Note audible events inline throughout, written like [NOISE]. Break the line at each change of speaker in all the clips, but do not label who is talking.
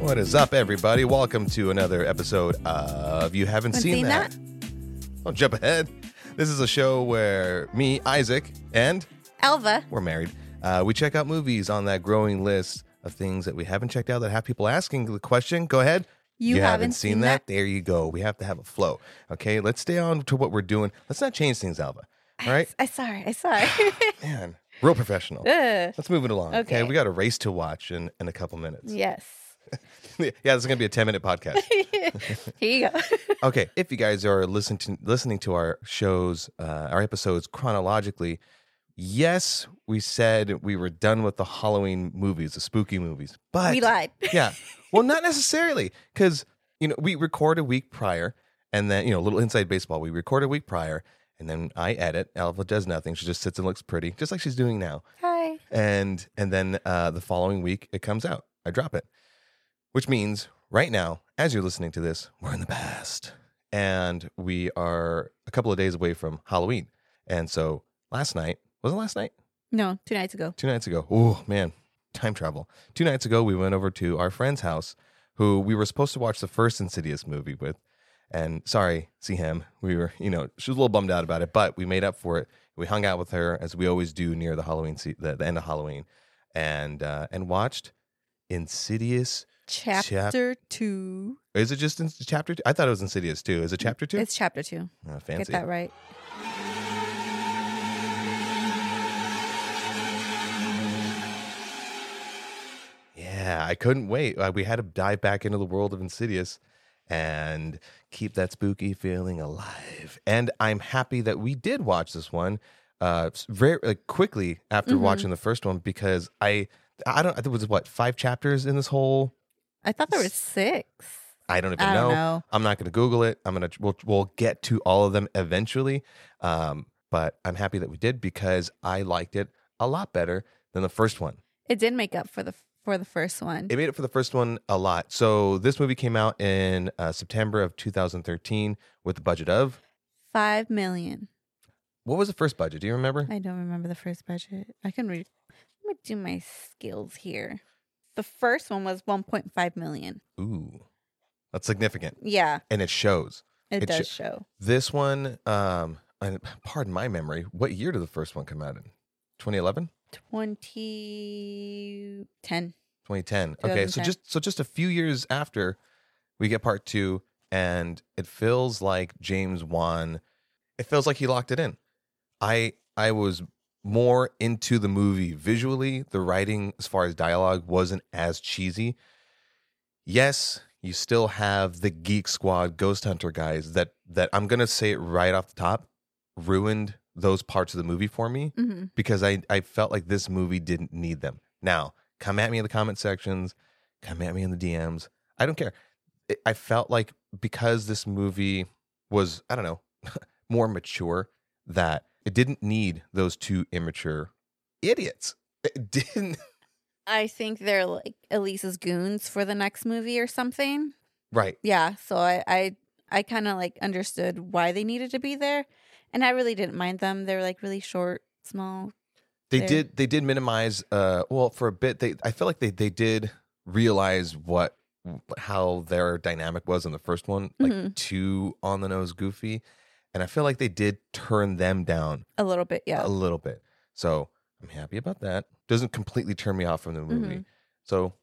What is up, everybody? Welcome to another episode of You Haven't
Haven't
Seen,
seen
that. Don't jump ahead. This is a show where me, Isaac, and
Elva.
we're married. Uh, we check out movies on that growing list of things that we haven't checked out that have people asking the question. Go ahead.
You haven't seen that?
There you go. We have to have a flow. Okay, let's stay on to what we're doing. Let's not change things, Alva. All right,
[LAUGHS] I saw her. I
[LAUGHS]
saw her.
man, real
[LAUGHS]
professional.
Ugh.
Let's move it along. Okay,
Okay.
we got a race to watch in, in a couple minutes.
[LAUGHS] yes.
[LAUGHS]
[LAUGHS]
yeah, this is gonna be a ten minute podcast.
Here you go. [LAUGHS]
okay if you guys are listening to listening to our shows uh, our episodes chronologically yes we said we were done with the halloween movies the spooky movies but
we lied.
yeah well not necessarily because you know we record a week prior and then you know a little inside baseball we record a week prior and then i edit alva does nothing she just sits and looks pretty just like she's doing now
Hi.
and and then uh, the following week it comes out i drop it which means right now as you're listening to this we're in the past and we are a couple of days away from halloween and so last night was it last night
No, two nights ago.
two nights ago oh man time travel two nights ago we went over to our friend's house who we were supposed to watch the first insidious movie with and sorry see him we were you know she was a little bummed out about it but we made up for it we hung out with her as we always do near the halloween se- the, the end of halloween and uh and watched insidious
Chapter two.
is it just in chapter two? i thought it was insidious too is it chapter two
It's chapter two.
oh, fancy
Get that right.
Yeah, I couldn't wait. Uh, we had to dive back into the world of Insidious and keep that spooky feeling alive. And I'm happy that we did watch this one uh s- very like quickly after
Mhm.
watching the first one because I I don't I think it was what five chapters in this whole
I thought there were six.
I don't even
I don't know.
I'm not going to Google it. I'm going to we'll, we'll get to all of them eventually. Um, but I'm happy that we did because I liked it a lot better than the first one.
It did make up for the for the first one.
It made it for the first one a lot. So this movie came out in uh, September of 2013 with a budget of
Five million.
what was the first budget? Do you remember?
I don't remember the first budget. I can read. Let me do my skills here. The first one was 1.5 million.
Ooh, that's significant,
Yeah,
and it shows.
it,
It
does
sh-
show.
This one, um, and pardon my memory. What year did the first one come out in? 2011,
2010.
2010. Okay, so
2010.
just so just a few years after we get part two, and it feels like James Wan. It feels like he locked it in. I I was more into the movie visually. The writing, as far as dialogue, wasn't as cheesy. Yes, you still have the Geek Squad Ghost Hunter guys that that I'm gonna say it right off the top ruined those parts of the movie for me
Mm-hmm.
because I, I felt like this movie didn't need them. Now, come at me in the comment sections, come at me in the DMs. I don't care. I- I felt like because this movie was, I don't know, [LAUGHS] more mature, that it didn't need those two immature idiots. It didn't. [LAUGHS]
I think they're like Elisa's goons for the next movie or something.
Right.
Yeah, so I I, I kind of like understood why they needed to be there, and I really didn't mind them. They're like really short, small.
They
There.
did they did minimize uh well for a bit they I feel like they they did realize what how their dynamic was in the first one like
Mhm.
too on the nose goofy and I feel like they did turn them down
A little bit, yeah.
a little bit. So I'm happy about that. Doesn't completely turn me off from the movie. So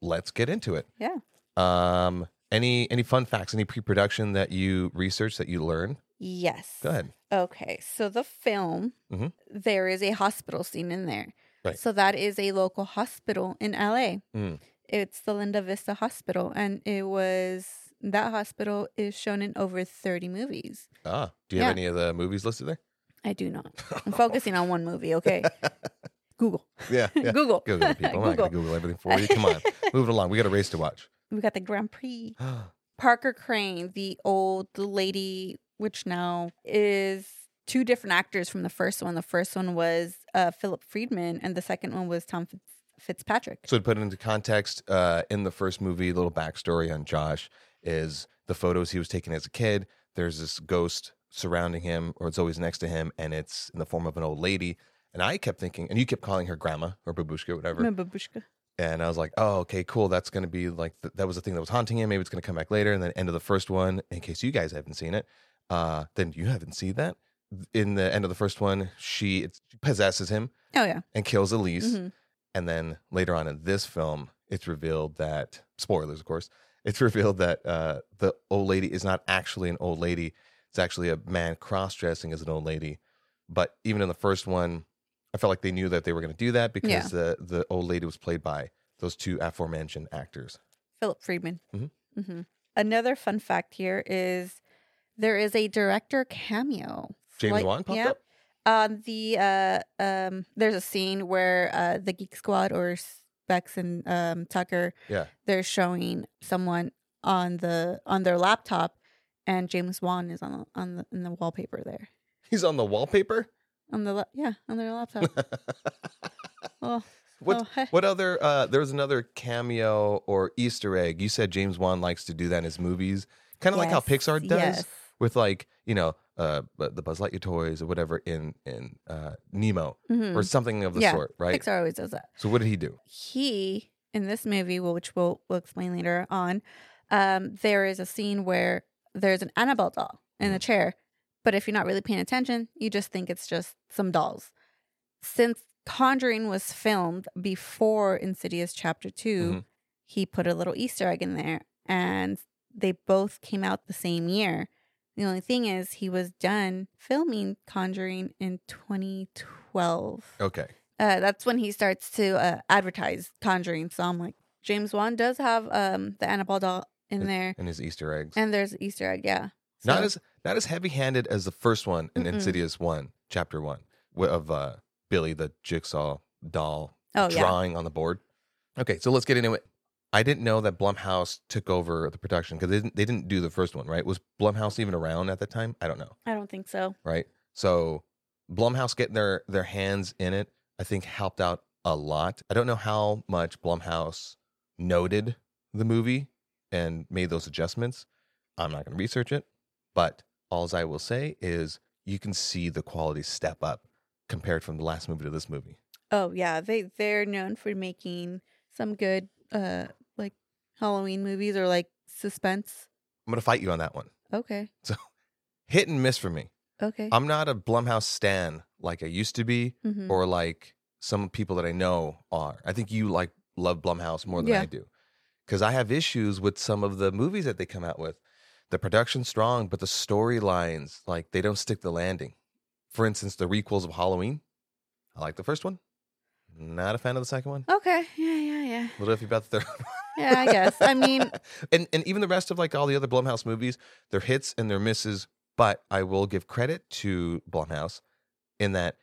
let's get into it.
Mm-hmm. Yeah.
Um any any fun facts, any pre-production that you researched that you learned?
Yes.
Go ahead.
Okay, so the film,
Mhm.
there is a hospital scene in there.
Right.
So that is a local hospital in LA.
Mm.
It's the Linda Vista Hospital, and it was that hospital is shown in over thirty movies.
Ah, do you have
Yeah.
any of the movies listed
[LAUGHS]
there?
I
[LAUGHS]
do not. I'm focusing on one movie. Okay, Google, [LAUGHS]
yeah, yeah.
Google,
Google people. I'm not going to Google everything for you. Come on. Moving along. We got a race to watch.
we got the Grand Prix. Parker Crane, the old lady, which now is two different actors from the first one. The first one was uh, Philip Friedman, and the second one was Tom Fitz- Fitzpatrick.
so to put it into context, uh, in the first movie, little backstory on Josh is the photos he was taking as a kid. There's this ghost surrounding him, or it's always next to him, and it's in the form of an old lady. And I kept thinking, and you kept calling her grandma or babushka, whatever.
My babushka.
and I was like, oh, okay, cool. That's going to be like, th- that was the thing that was haunting him. Maybe it's going to come back later. And then, end of the first one, in case you guys haven't seen it, uh, then you haven't seen that. In the end of the first one, she it's, possesses him
Oh yeah.
and kills Elise.
Mhm.
And then later on in this film, it's revealed that, spoilers, of course, it's [LAUGHS] revealed that uh, the old lady is not actually an old lady. It's actually a man cross dressing as an old lady. But even in the first one, I felt like they knew that they were going to do that because
Yeah.
the, the old lady was played by those two aforementioned actors.
Philip Friedman.
Mhm.
Mhm. Another fun fact here is there is a director cameo.
James
Like-
Wan popped
yeah.
up.
On the uh, um, there's a scene where uh, the Geek Squad or Specs and um, Tucker
Yeah.
they're showing someone on the on their laptop, and James Wan is on the, on the in the wallpaper there
He's on the wallpaper.
on the la- yeah on their
[LAUGHS]
laptop. oh,
What
oh, heh.
what other uh there was another cameo or Easter egg. You said James Wan likes to do that in his movies. Kind of like how
Yes,
Pixar does.
yes.
with like you know uh bu- the Buzz Lightyear toys or whatever in in uh Nemo
Mhm.
or something of the
Yeah,
sort, right?
Pixar always does that.
So what did he do?
he in this movie, well, which we'll, we'll explain later on, um, there is a scene where there's an Annabelle doll in a chair, but if you're not really paying attention, you just think it's just some dolls. Since Conjuring was filmed before Insidious Chapter 2
Mhm.
he put a little Easter egg in there, and they both came out the same year. The only thing is, he was done filming Conjuring in 2012
Okay,
uh, that's when he starts to uh, advertise Conjuring. So I'm like, James Wan does have um, the Annabelle doll in there,
and his Easter eggs.
Eh. and there's an Easter egg. Yeah, So-
not as not as heavy handed as the first one in
Mm-mm.
Insidious One, Chapter One, wh- of uh Billy the Jigsaw doll
oh yeah,
drawing on the board. Okay, so let's get into it. I didn't know that Blumhouse took over the production because they didn't, they didn't do the first one, right? Was Blumhouse even around at the time? I don't know.
I don't think so.
right? So Blumhouse getting their their hands in it, I think helped out a lot. I don't know how much Blumhouse noted the movie and made those adjustments. I'm not going to research it, but alls I will say is you can see the quality step up compared from the last movie to this movie.
Oh yeah, they they're known for making some good uh like Halloween movies or like suspense.
I'm going to fight you on that one.
Okay,
Hit and miss for me.
okay,
I'm not a Blumhouse stan like I used to be
Mhm.
or like some people that I know are. I think you like love Blumhouse more than
Yeah.
I do. Cuz I have issues with some of the movies that they come out with. The production's strong, but the storylines like they don't stick the landing. For instance, the requels of Halloween. I like the first one. Not a fan of the second one.
okay, yeah, yeah, yeah,
Little iffy about the third one.
[LAUGHS] yeah. I guess. I mean,
[LAUGHS] and and even the rest of like all the other Blumhouse movies, their hits and their misses. But I will give credit to Blumhouse in that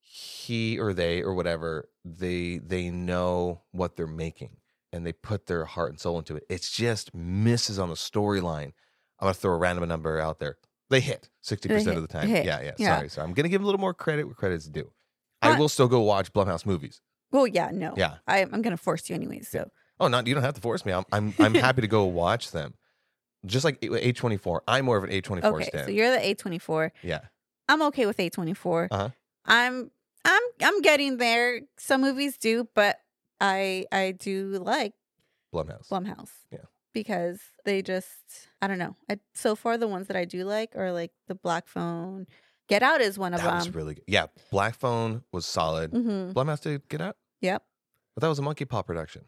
he or they or whatever they they know what they're making and they put their heart and soul into it. It's just misses on the storyline. I'm gonna throw a random number out there. They hit sixty percent of the
hit-
time.
hit,
Yeah, yeah,
yeah.
Sorry, sorry. I'm gonna give a little more credit where credit's due. I
I-
will still go watch Blumhouse movies.
well, yeah, no,
Yeah.
I, I'm gonna force you anyways. So
Oh, not you don't have to force me. I'm I'm,
[LAUGHS]
I'm happy to go watch them. Just like A twenty four, I'm more of an A twenty four
okay,
stand.
so you're the A24.
yeah,
I'm okay with A24.
Uh-huh.
I'm I'm I'm getting there. Some movies do, but I I do like
Blumhouse.
Blumhouse.
Yeah.
Because they just I don't know. I, so far the ones that I do like are like The Black Phone. Get Out is one of
that was
them.
really good. Yeah, Black Phone was solid.
mm-hmm.
Blumhouse did Get Out,
Yep.
but that was a Monkey Paw production.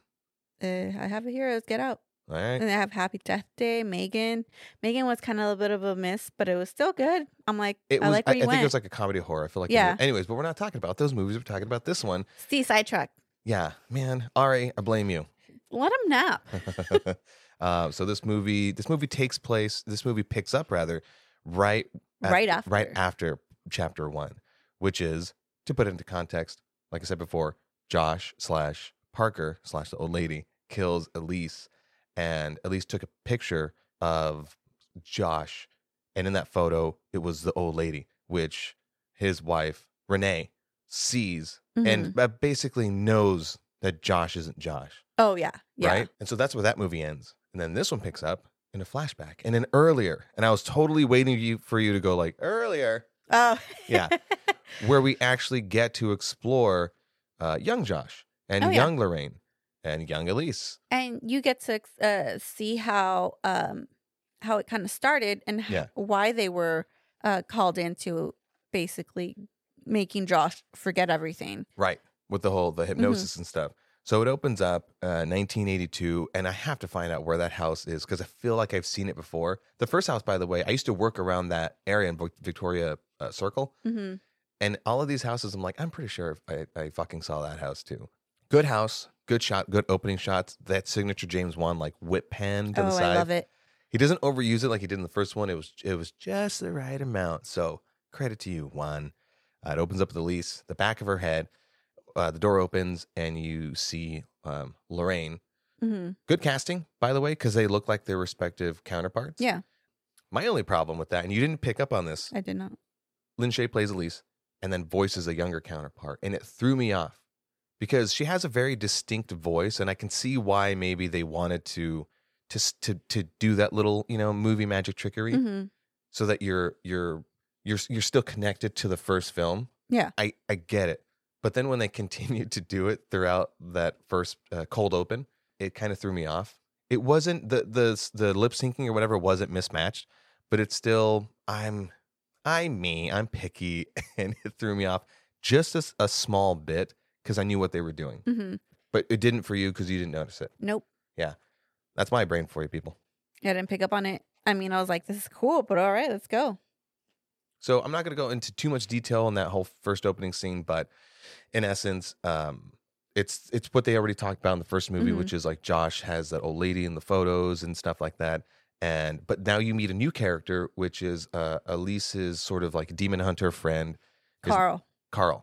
Uh, I have a heroes. Get Out.
All right.
And I have Happy Death Day. Megan. Megan was kind of a bit of a miss, but it was still good. I'm like
It
I
was.
like
I,
where
I
you
think
went.
it was like a comedy horror. I feel like. it
Yeah.
was- Anyways, but we're not talking about those movies. We're talking about this one.
Steve sidetrack.
Yeah, man. Ari, I blame you. [LAUGHS]
Let him nap.
uh, so this movie, this movie takes place. This movie picks up rather, right At-
right after.
right after chapter one, which is to put into context, like I said before, Josh slash Parker slash the old lady kills Elise, and Elise took a picture of Josh, and in that photo, it was the old lady, which his wife Renee sees
Mhm.
and uh, basically knows that Josh isn't Josh,
Oh yeah. Yeah.
right? And so that's where that movie ends, and then this one picks up. In a flashback, and then earlier, and I was totally waiting you- for you to go like earlier,
Oh.
Yeah. where we actually get to explore uh, young Josh and
Oh, yeah.
young Lorraine and young Elise.
[LAUGHS] and you get to uh, see how um how it kind of started and h-
Yeah.
why they were uh called into basically making Josh forget everything.
Right. With the whole
Mm-hmm.
the hypnosis and stuff. So it opens up uh, 1982, and I have to find out where that house is because I feel like I've seen it before. The first house, by the way, I used to work around that area in Vic- Victoria uh, Circle,
hmm
and all of these houses, I'm like, I'm pretty sure I, I fucking saw that house too. Good house, good shot, good opening shots. That signature James Wan like whip pan to
Oh,
the side.
I love it.
He doesn't overuse it like he did in the first one. It was it was just the right amount. So credit to you, Juan. Uh, it opens up the lease, the back of her head. Uh, the door opens and you see um, Lorraine.
hmm
Good casting, by the way, because they look like their respective counterparts.
Yeah,
My only problem with that, and you didn't pick up on this,
I did not.
Lin Shaye plays Elise and then voices a younger counterpart. And it threw me off because she has a very distinct voice. And I can see why maybe they wanted to to s- to, to do that little, you know, movie magic trickery
hmm
so that you're you're you're you're still connected to the first film.
Yeah.
I I get it. But then when they [LAUGHS] continued to do it throughout that first uh, cold open, it kind of threw me off. It wasn't the the the lip syncing or whatever wasn't mismatched, but it's still I'm I'm me, I'm picky [LAUGHS] and it threw me off just a, s- a small bit cuz I knew what they were doing.
hmm
But it didn't for you cuz you didn't notice it.
Nope,
That's my brain for you people.
I didn't pick up on it. I mean, I was like, "This is cool," but all right, let's go.
So I'm not going to go into too much detail on that whole first opening scene, but in essence, um, it's it's what they already talked about in the first movie,
Mhm.
which is like Josh has that old lady in the photos and stuff like that. And but now you meet a new character, which is uh, Elise's sort of like demon hunter friend, Is-
Carl,
Carl,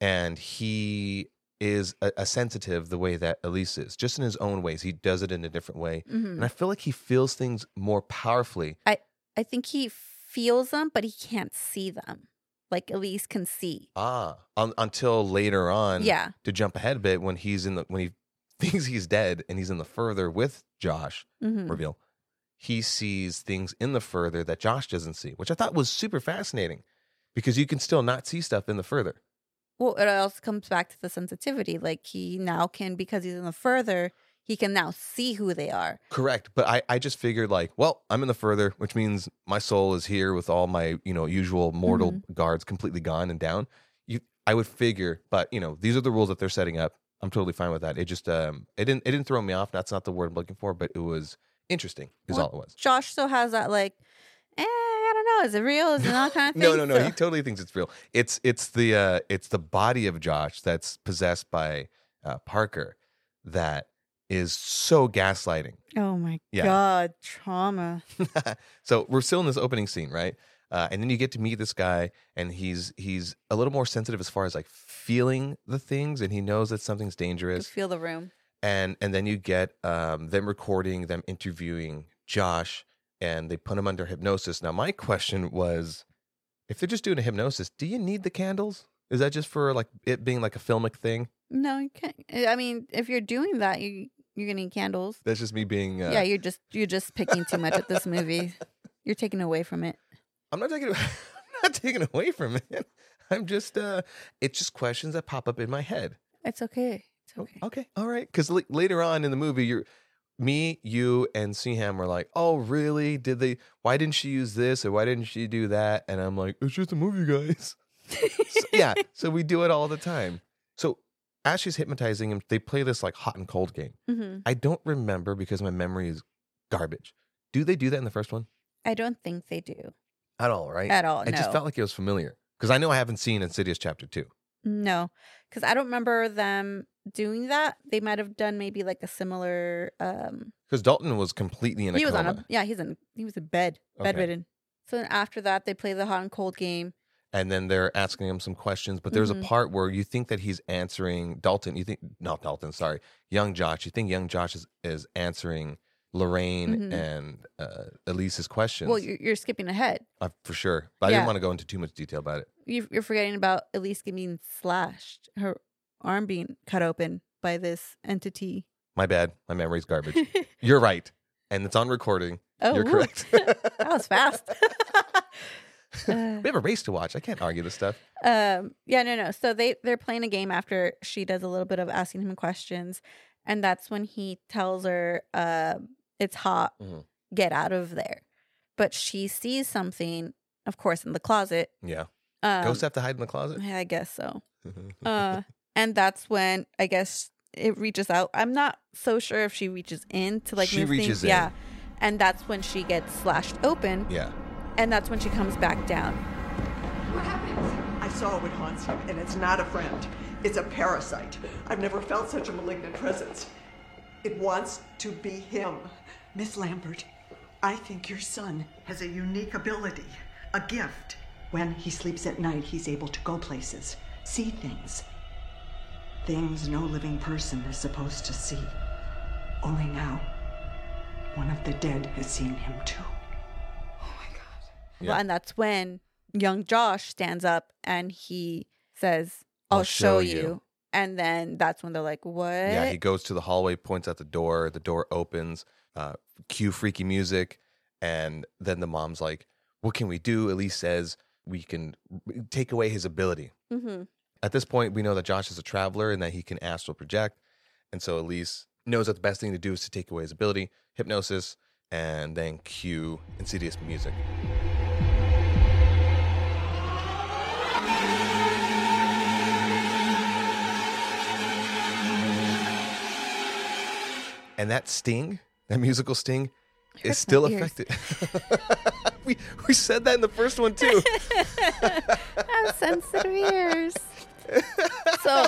and he is a, a sensitive the way that Elise is, just in his own ways. He does it in a different way,
hmm
and I feel like he feels things more powerfully.
I think he feels them, but he can't see them. Like Elise can see.
Ah, un until later on,
Yeah,
to jump ahead a bit when he's in the when he [LAUGHS] thinks he's dead and he's in the further with Josh
hmm
reveal. He sees things in the further that Josh doesn't see, which I thought was super fascinating because you can still not see stuff in the further.
Well, it also comes back to the sensitivity. Like he now can, because he's in the further, he can now see who they are.
Correct, but I I just figured like, well, I'm in the further, which means my soul is here with all my, you know, usual mortal guards completely gone and down. You I would figure, but you know, these are the rules that they're setting up. I'm totally fine with that. It just um it didn't it didn't throw me off. That's not the word I'm looking for, but it was interesting is
Well,
all it was.
Josh still has that like, eh, I don't know, is it real? Is it not [LAUGHS] kind of thing?
[LAUGHS] No, no, no.
So-
He totally thinks it's real. It's it's the uh, it's the body of Josh that's possessed by uh, Parker that is so gaslighting.
oh my
Yeah.
god, trauma.
so we're still in this opening scene, right? Uh, and then you get to meet this guy, and he's he's a little more sensitive as far as like feeling the things, and he knows that something's
You
dangerous.
feel the room.
And and then you get um, them recording them interviewing Josh, and they put him under hypnosis. Now my question was, if they're just doing a hypnosis, do you need the candles? Is that just for like it being like a filmic thing?
No, you can't. eh, I mean, if you're doing that, you you're gonna need candles.
That's just me being. Uh,
Yeah, you're just you're just picking too much at this movie. You're taking away from it.
I'm not taking. [LAUGHS] I'm not taking away from it. I'm just. uh It's just questions that pop up in my head.
It's okay. It's
Oh,
okay.
Okay. All right. Because l- later on in the movie, you're me, you, and Seaham were like, "Oh, really? Did they? Why didn't she use this? Or why didn't she do that?" And I'm like, "It's just a movie, guys." So- yeah.
[LAUGHS]
So we do it all the time. So as she's hypnotizing him, they play this like hot and cold game.
hmm
I don't remember because my memory is garbage. Do they do that in the first one
I don't think they do
at all? Right.
at all.
I
no.
just felt like it was familiar because I know I haven't seen Insidious Chapter Two.
No, because I don't remember them doing that. They might have done maybe like a similar. um
Because Dalton was completely in a
He was
coma.
on a yeah. He's in he was in bed
Okay.
bedridden. So then after that, they play the hot and cold game.
and then they're asking him some questions. But there's
Mhm.
a part where you think that he's answering Dalton. You think not Dalton, sorry, young Josh. You think young Josh is, is answering Lorraine
Mhm.
and uh, Elise's questions
Well, you're, you're skipping ahead.
uh, for sure. But I
Yeah.
didn't want to go into too much detail about it.
You, you're forgetting about Elise being slashed, her arm being cut open by this entity.
My bad. My memory's
[LAUGHS]
garbage.
oh,
You're right, and it's on
[LAUGHS]
recording. You're
woo.
correct.
Oh,
[LAUGHS]
that was fast. [LAUGHS] Uh,
we have a race to watch. I can't argue this stuff.
Um, yeah, no, no. So they they're playing a game after she does a little bit of asking him questions, and that's when he tells her uh, it's hot
Mhm.
get out of there but she sees something of course in the closet
Yeah.
um,
Ghosts have to hide in the closet. Mm-hmm.
i guess
[LAUGHS]
so uh, and that's when I guess it reaches out. I'm not so sure if she reaches in to like
She
move
reaches
things.
in.
Yeah, and that's when she gets slashed open,
yeah.
and that's when she comes back down.
What happened? I saw what haunts you, and it's not a friend. It's a parasite. I've never felt such a malignant presence. It wants to be him. Miss Lambert, I think your son has a unique ability, a gift. When he sleeps at night, he's able to go places, see things. Things no living person is supposed to see. Only now, one of the dead has seen him too.
Oh
Yeah.
And that's when young Josh stands up and he says, "I'll, show, you. And then that's when they're like, "What?"
Yeah, he goes to the hallway, points at the door. The door opens. Uh, cue freaky music, and then the mom's like, "What can we do?" Elise says, "We can take away his ability."
mm-hmm.
At this point, we know that Josh is a traveler and that he can astral project, and so Elise knows that the best thing to do is to take away his ability, hypnosis, and then cue insidious music. And that sting, that musical sting, is
hurts my
still
ears.
affected. [LAUGHS] we, we said that in the first one
[LAUGHS]
too.
I have sensitive ears.
[LAUGHS]
so,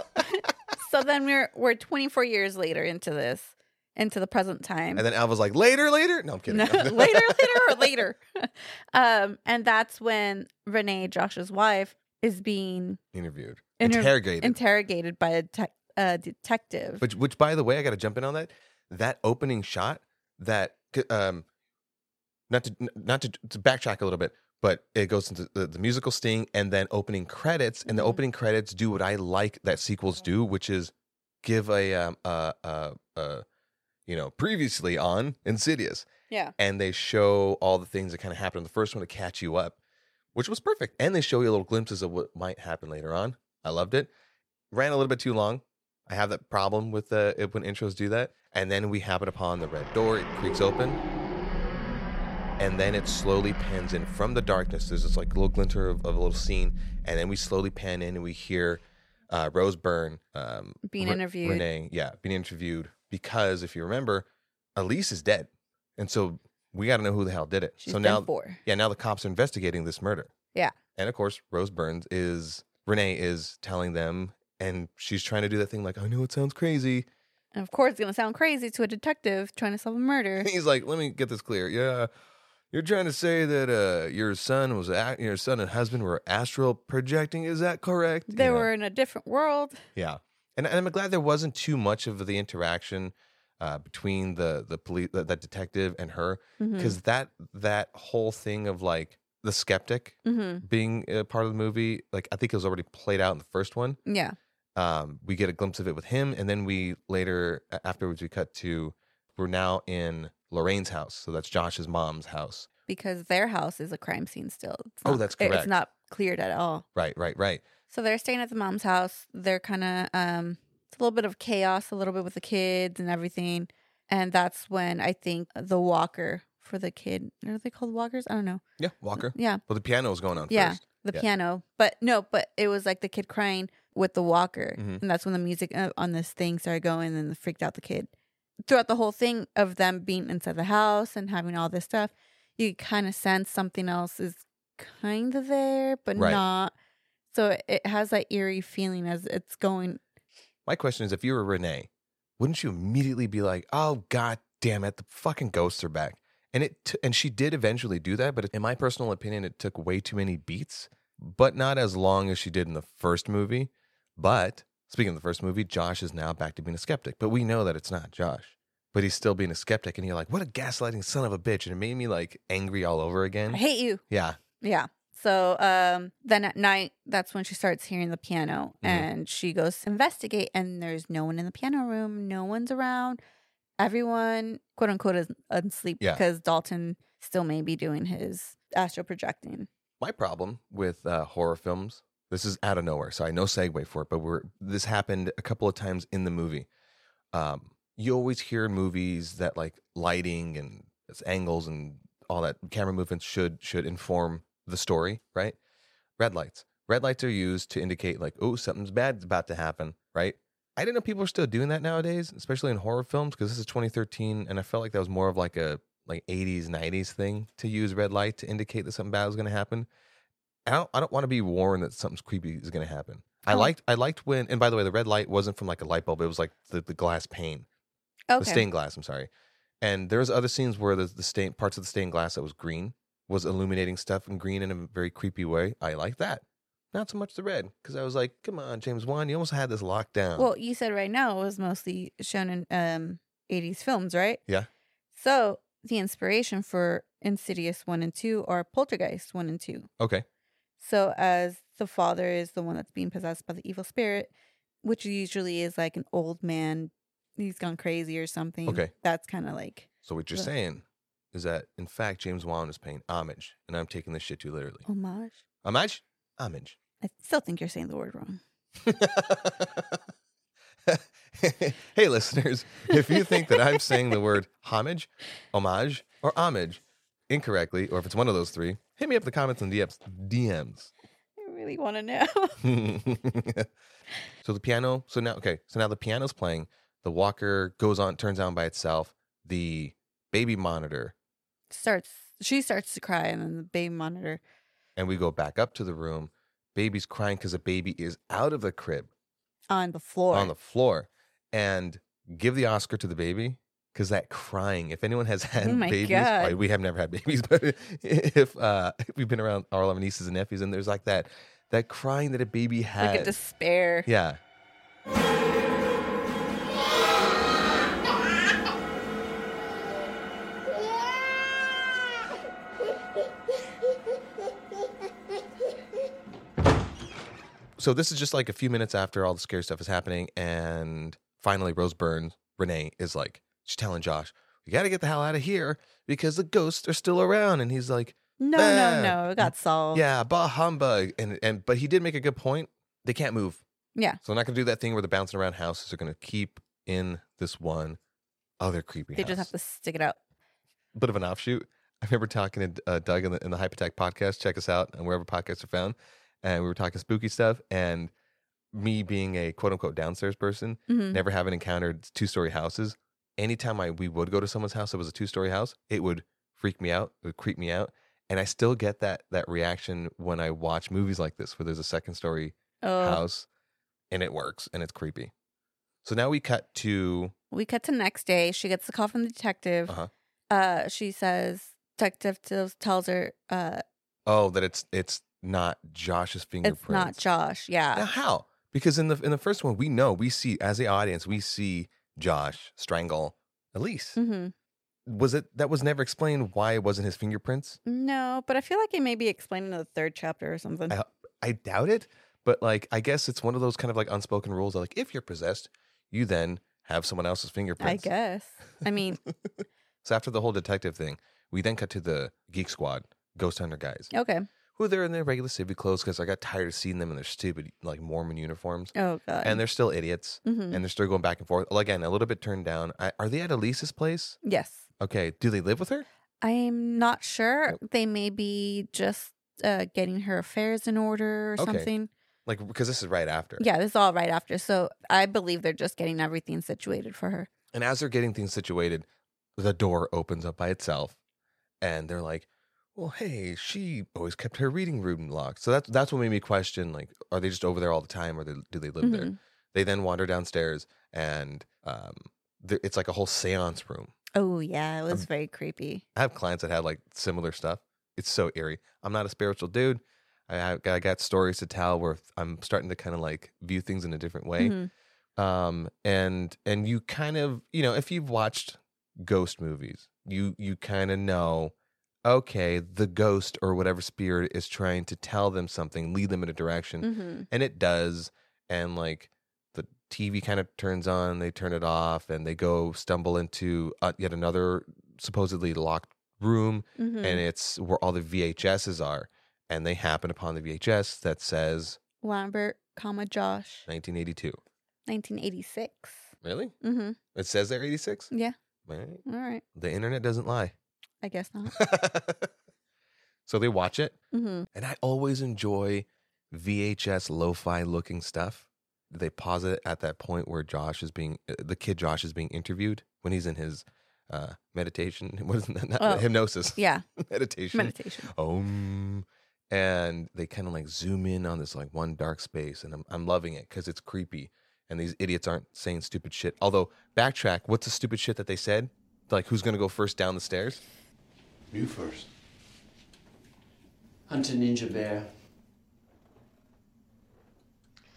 so then we're we're 24 years later into this, into the present time.
And then Alva's like, later, later. No, I'm kidding. [LAUGHS]
No, later, later, or later. [LAUGHS] um, and that's when Renee, Josh's wife, is being
Interviewed.
Inter-
Interrogated.
interrogated by a, tec- a detective.
which, which, by the way, I got to jump in on that. That opening shot, that, um, not to, not to, to backtrack a little bit, but it goes into the, the musical sting and then opening credits. And the
Mhm.
opening credits do what I like that sequels do, which is give a, um, uh, uh, uh, you know, previously on Insidious.
yeah,
and they show all the things that kind of happened in the first one to catch you up, which was perfect. And they show you little glimpses of what might happen later on. I loved it. Ran a little bit too long. I have that problem with uh, it when intros do that. And then we happen upon the red door. It creaks open, and then it slowly pans in from the darkness. There's this like little glinter of, of a little scene, and then we slowly pan in and we hear uh, Rose Byrne um,
Being
Re-
interviewed.
Renee, yeah, being interviewed because if you remember, Elise is dead, and so we got to know who the hell did it.
she's
so
so
now,
four.
yeah, now the cops are investigating this murder.
Yeah.
and of course, Rose Burns is Renee is telling them, and she's trying to do that thing like, I know it sounds crazy. [LAUGHS]
And of course, it's gonna sound crazy to a detective trying to solve
[LAUGHS]
a murder.
He's like, let me get this clear. Yeah, you're trying to say that uh, your son was a- your son and husband were astral projecting. Is that correct? You
They
know.
were in a different world.
Yeah, and, and I'm glad there wasn't too much of the interaction uh, between the the police, the, the detective, and her,
Mhm.
because that that whole thing of like the skeptic
Mhm.
being a part of the movie, like I think it was already played out in the first one.
Yeah,
Um, we get a glimpse of it with him, and then we later a- afterwards we cut to we're now in Lorraine's house, so that's Josh's mom's house.
because their house is a crime scene still. It's
Oh,
not-
that's
it-
correct.
It's not cleared at all.
Right, right, right.
So they're staying at the mom's house. They're kind of um, it's a little bit of chaos, a little bit with the kids and everything. And that's when I think the walker for the kid are they called walkers? I don't know.
Yeah, Walker.
Yeah,
Well, the piano was going on
Yeah.
first.
the
Yeah.
piano. But no, but it was like the kid crying with the walker,
Mhm.
and that's when the music uh, on this thing started going, and it freaked out the kid. Throughout the whole thing of them being inside the house and having all this stuff, you kind of sense something else is kind of there, but
Right.
not. So it- it has that eerie feeling as it's going.
My question is if you were Renee, wouldn't you immediately be like, "Oh god damn it, the fucking ghosts are back." And it t- and she did eventually do that, but in my personal opinion it took way too many beats, but not as long as she did in the first movie. But speaking of the first movie, Josh is now back to being a skeptic, but we know that it's not Josh. But he's still being a skeptic and you're like, "What a gaslighting son of a bitch." And it made me like angry all over
I
again.
hate you.
Yeah.
Yeah. So um, then at night, that's when she starts hearing the piano
Mhm.
and she goes to investigate, and there's no one in the piano room. No one's around. Everyone, quote unquote, is asleep
Yeah.
because Dalton still may be doing his astral projecting.
my problem with uh, horror films this is out of nowhere so i no segue for it but we're this happened a couple of times in the movie um, you always hear in movies that like lighting and its angles and all that camera movements should should inform the story, right? Red lights. Red lights are used to indicate like, oh, something's bad's about to happen, right? I didn't know people are still doing that nowadays, especially in horror films, because this is 2013, and I felt like that was more of like a like 80s, 90s thing to use red light to indicate that something bad was going to happen. I don't, I don't want to be warned that something creepy is going to happen. I
Oh.
liked I liked when, and by the way, the red light wasn't from like a light bulb; it was like the, the glass pane
Okay.
the stained glass. I'm sorry. And there was other scenes where the, the stain parts of the stained glass that was green was illuminating stuff in green in a very creepy way. I like that. Not so much the red because I was like, come on, James Wan, you almost had this locked down.
Well, you said right now it was mostly shown in um, 80s films, right?
Yeah.
So the inspiration for Insidious 1 and 2 are Poltergeist 1 and 2.
okay,
So, as the father is the one that's being possessed by the evil spirit, which usually is like an old man, he's gone crazy or something.
Okay.
That's kind of like,
so what you're
Yeah.
saying is that in fact James Wan is paying homage, and I'm taking this shit too literally.
homage.
Homage, homage.
I still think you're saying the word wrong.
[LAUGHS] hey, listeners, if you think that I'm saying the word homage, homage, or homage incorrectly, or if it's one of those three, hit me up in the comments and DMs. DMs.
I really want to know. [LAUGHS]
[LAUGHS] so the piano. So now, okay. So now the piano's playing. The walker goes on, turns on by itself. The baby monitor,
starts, she starts to cry, and then the baby monitor.
and we go back up to the room. Baby's crying because the baby is out of the crib.
On the floor.
on the floor and give the Oscar to the baby because that crying. If anyone has [LAUGHS] had
Oh my
babies,
God.
oh, we have never had babies, [LAUGHS] but if uh, if we've been around our eleven nieces and nephews, and there's like that that crying that a baby has.
like a despair.
yeah, so this is just like a few minutes after all the scary stuff is happening, and finally Rose Byrne, Renee is like, she's telling Josh, "We got to get the hell out of here because the ghosts are still around," and he's like,
No,
Ah.
no, no. It got solved.
"Yeah, bah humbug," and and but he did make a good point. They can't move,
Yeah.
so they're not gonna do that thing where they're bouncing around houses. They're gonna keep in this one other creepy.
They just
house.
have to stick it out.
bit of an offshoot. I remember talking to uh, Doug in the, in the Hype Attack podcast. Check us out and wherever podcasts are found. And we were talking spooky stuff. And me being a quote unquote downstairs person,
Mhm.
never having encountered two story houses, anytime I we would go to someone's house that was a two story house, it would freak me out. It would creep me out. And I still get that that reaction when I watch movies like this, where there's a second story
Oh,
house, and it works and it's creepy. So now we cut to
we cut to next day. She gets the call from the detective.
Uh-huh.
Uh, she says detective tells, tells her uh,
oh that it's it's not Josh's fingerprints.
it's not Josh. Yeah,
Now how? Because in the in the first one, we know we see as the audience, we see Josh strangle Elise.
hmm
Was it that was never explained why it wasn't his fingerprints?
no, but I feel like it may be explained in the third chapter or something.
I- I doubt it, but like I guess it's one of those kind of like unspoken rules. That like if you're possessed, you then have someone else's
I
fingerprints.
guess. I mean,
[LAUGHS] So after the whole detective thing, we then cut to the Geek Squad Ghost Hunter guys,
okay.
who they're in their regular civic clothes because I got tired of seeing them in their stupid like Mormon uniforms,
Oh god.
and they're still idiots.
Mhm.
and they're still going back and forth. Well, Again, a little bit turned down. I, are they at Elise's place?
yes,
Okay. Do they live with her?
I'm not sure. They may be just uh, getting her affairs in order or
Okay.
something.
Like, because this is right after.
Yeah, this is all right after. So I believe they're just getting everything situated for her.
And as they're getting things situated, the door opens up by itself, and they're like, "Well, hey, she always kept her reading room locked." So that's that's what made me question: like, are they just over there all the time, or they, do they live there?
Mhm.
They then wander downstairs, and um, there, it's like a whole seance room.
Oh yeah, it was very creepy.
I have clients that had like similar stuff. It's so eerie. I'm not a spiritual dude. I, I, got, I got stories to tell where I'm starting to kind of like view things in a different way.
Mhm.
Um, and and you kind of you know if you've watched ghost movies, you you kind of know. Okay, the ghost or whatever spirit is trying to tell them something, lead them in a direction,
Mhm.
and it does. And like the TV kind of turns on, they turn it off, and they go stumble into uh, yet another supposedly locked room
Mhm.
and it's where all the VHSs are. And they happen upon the VHS that says
Lambert, comma Josh,
1982.
1986.
Really?
Mm-hmm.
It says they're 86?
Yeah.
Man,
All right.
The internet doesn't lie. [LAUGHS]
I guess not.
so they watch it.
Mm-hmm.
And I always enjoy VHS lo fi looking stuff. They pause it at that point where Josh is being, uh, the kid Josh is being interviewed when he's in his uh, meditation. [LAUGHS] What is that? Not
Oh.
Hypnosis.
Yeah.
[LAUGHS] meditation.
Meditation.
Um, and they kind of like zoom in on this like one dark space, and I'm I'm loving it because it's creepy, and these idiots aren't saying stupid shit. Although backtrack, what's the stupid shit that they said? Like who's gonna go first down the stairs?
You first.
Hunt a ninja bear.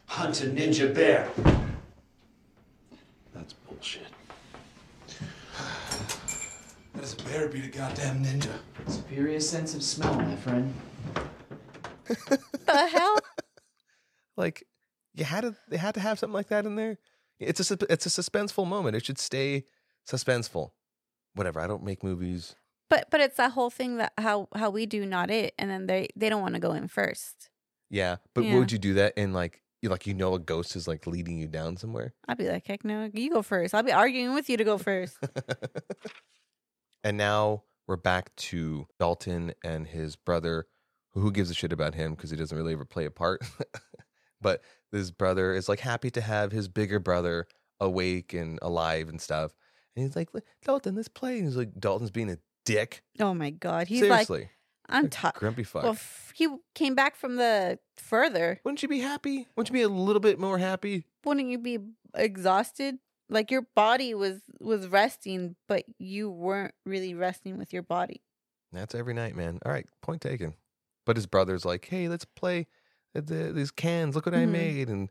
Hunt a ninja bear.
That's bullshit. [SIGHS] That is a bear beat a goddamn ninja.
Superior sense of smell, my friend.
the hell?
Like you had to they had to have something like that in there. It's a sus- it's a suspenseful moment. It should stay suspenseful. Whatever. I don't make movies.
But but it's that whole thing that how how we do not it, and then they they don't want to go in first.
Yeah, but
Yeah.
would you do that in like you like you know a ghost is like leading you down somewhere?
I'd be like, heck no, you go first. I'll be arguing with you to go first.
[LAUGHS] and now we're back to Dalton and his brother. Who gives a shit about him because he doesn't really ever play a part? [LAUGHS] but his brother is like happy to have his bigger brother awake and alive and stuff. And he's like, Dalton, let's play. And he's like, Dalton's being a dick.
oh my god, he's like,
Seriously.
I'm
Like,
tired.
grumpy fuck.
Well, f- he came back from the further.
Wouldn't you be happy? Wouldn't you be a little bit more happy?
Wouldn't you be exhausted? Like your body was was resting, but you weren't really resting with your body.
That's every night, man. All right, point taken. But his brother's like, hey, let's play at the, these cans. Look what I
Mhm.
made. And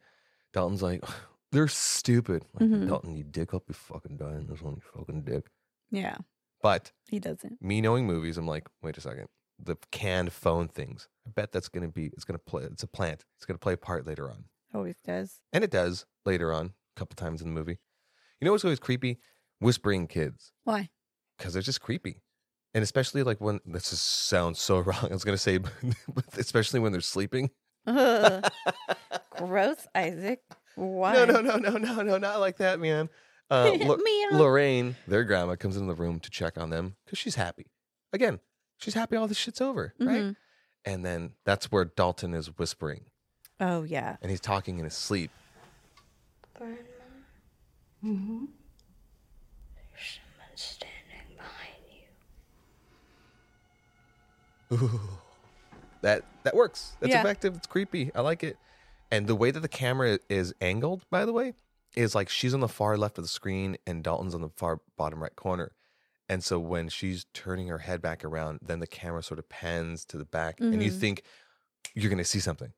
Dalton's like, [SIGHS] they're stupid. Like,
Mhm.
Dalton, you dick up, you fucking dying. This one, you fucking dick.
Yeah,
But
he doesn't.
me knowing movies, I'm like, wait a second. The canned phone things. I bet that's going to be, it's going to play, it's a plant. It's going to play a part later on.
Always does.
And it does later on, a couple times in the movie. You know what's always creepy? Whispering kids [LAUGHS]
Why? [LAUGHS]
because they're just creepy. And especially like when this is, sounds so [LAUGHS] wrong. I was gonna say, especially when they're sleeping.
Ugh. Gross, Isaac. Why?
No, no, no, no, no, no, not like that, man.
[LAUGHS]
Uh, Lo-
Meow.
Lorraine, their grandma, comes into the room to check on them because she's happy. Again, she's happy all this shit's over, right?
Mhm.
And then that's where Dalton is whispering,
Oh yeah.
and he's talking in his sleep.
Grandma? Mm-hmm. There's someone standing behind you.
That that works. That's
Yeah.
effective. It's creepy. I like it. And the way that the camera is angled, by the way, is like she's on the far left of the screen and Dalton's on the far bottom right corner. And so when she's turning her head back around, then the camera sort of pans to the back and you
Mhm.
think you're going to see something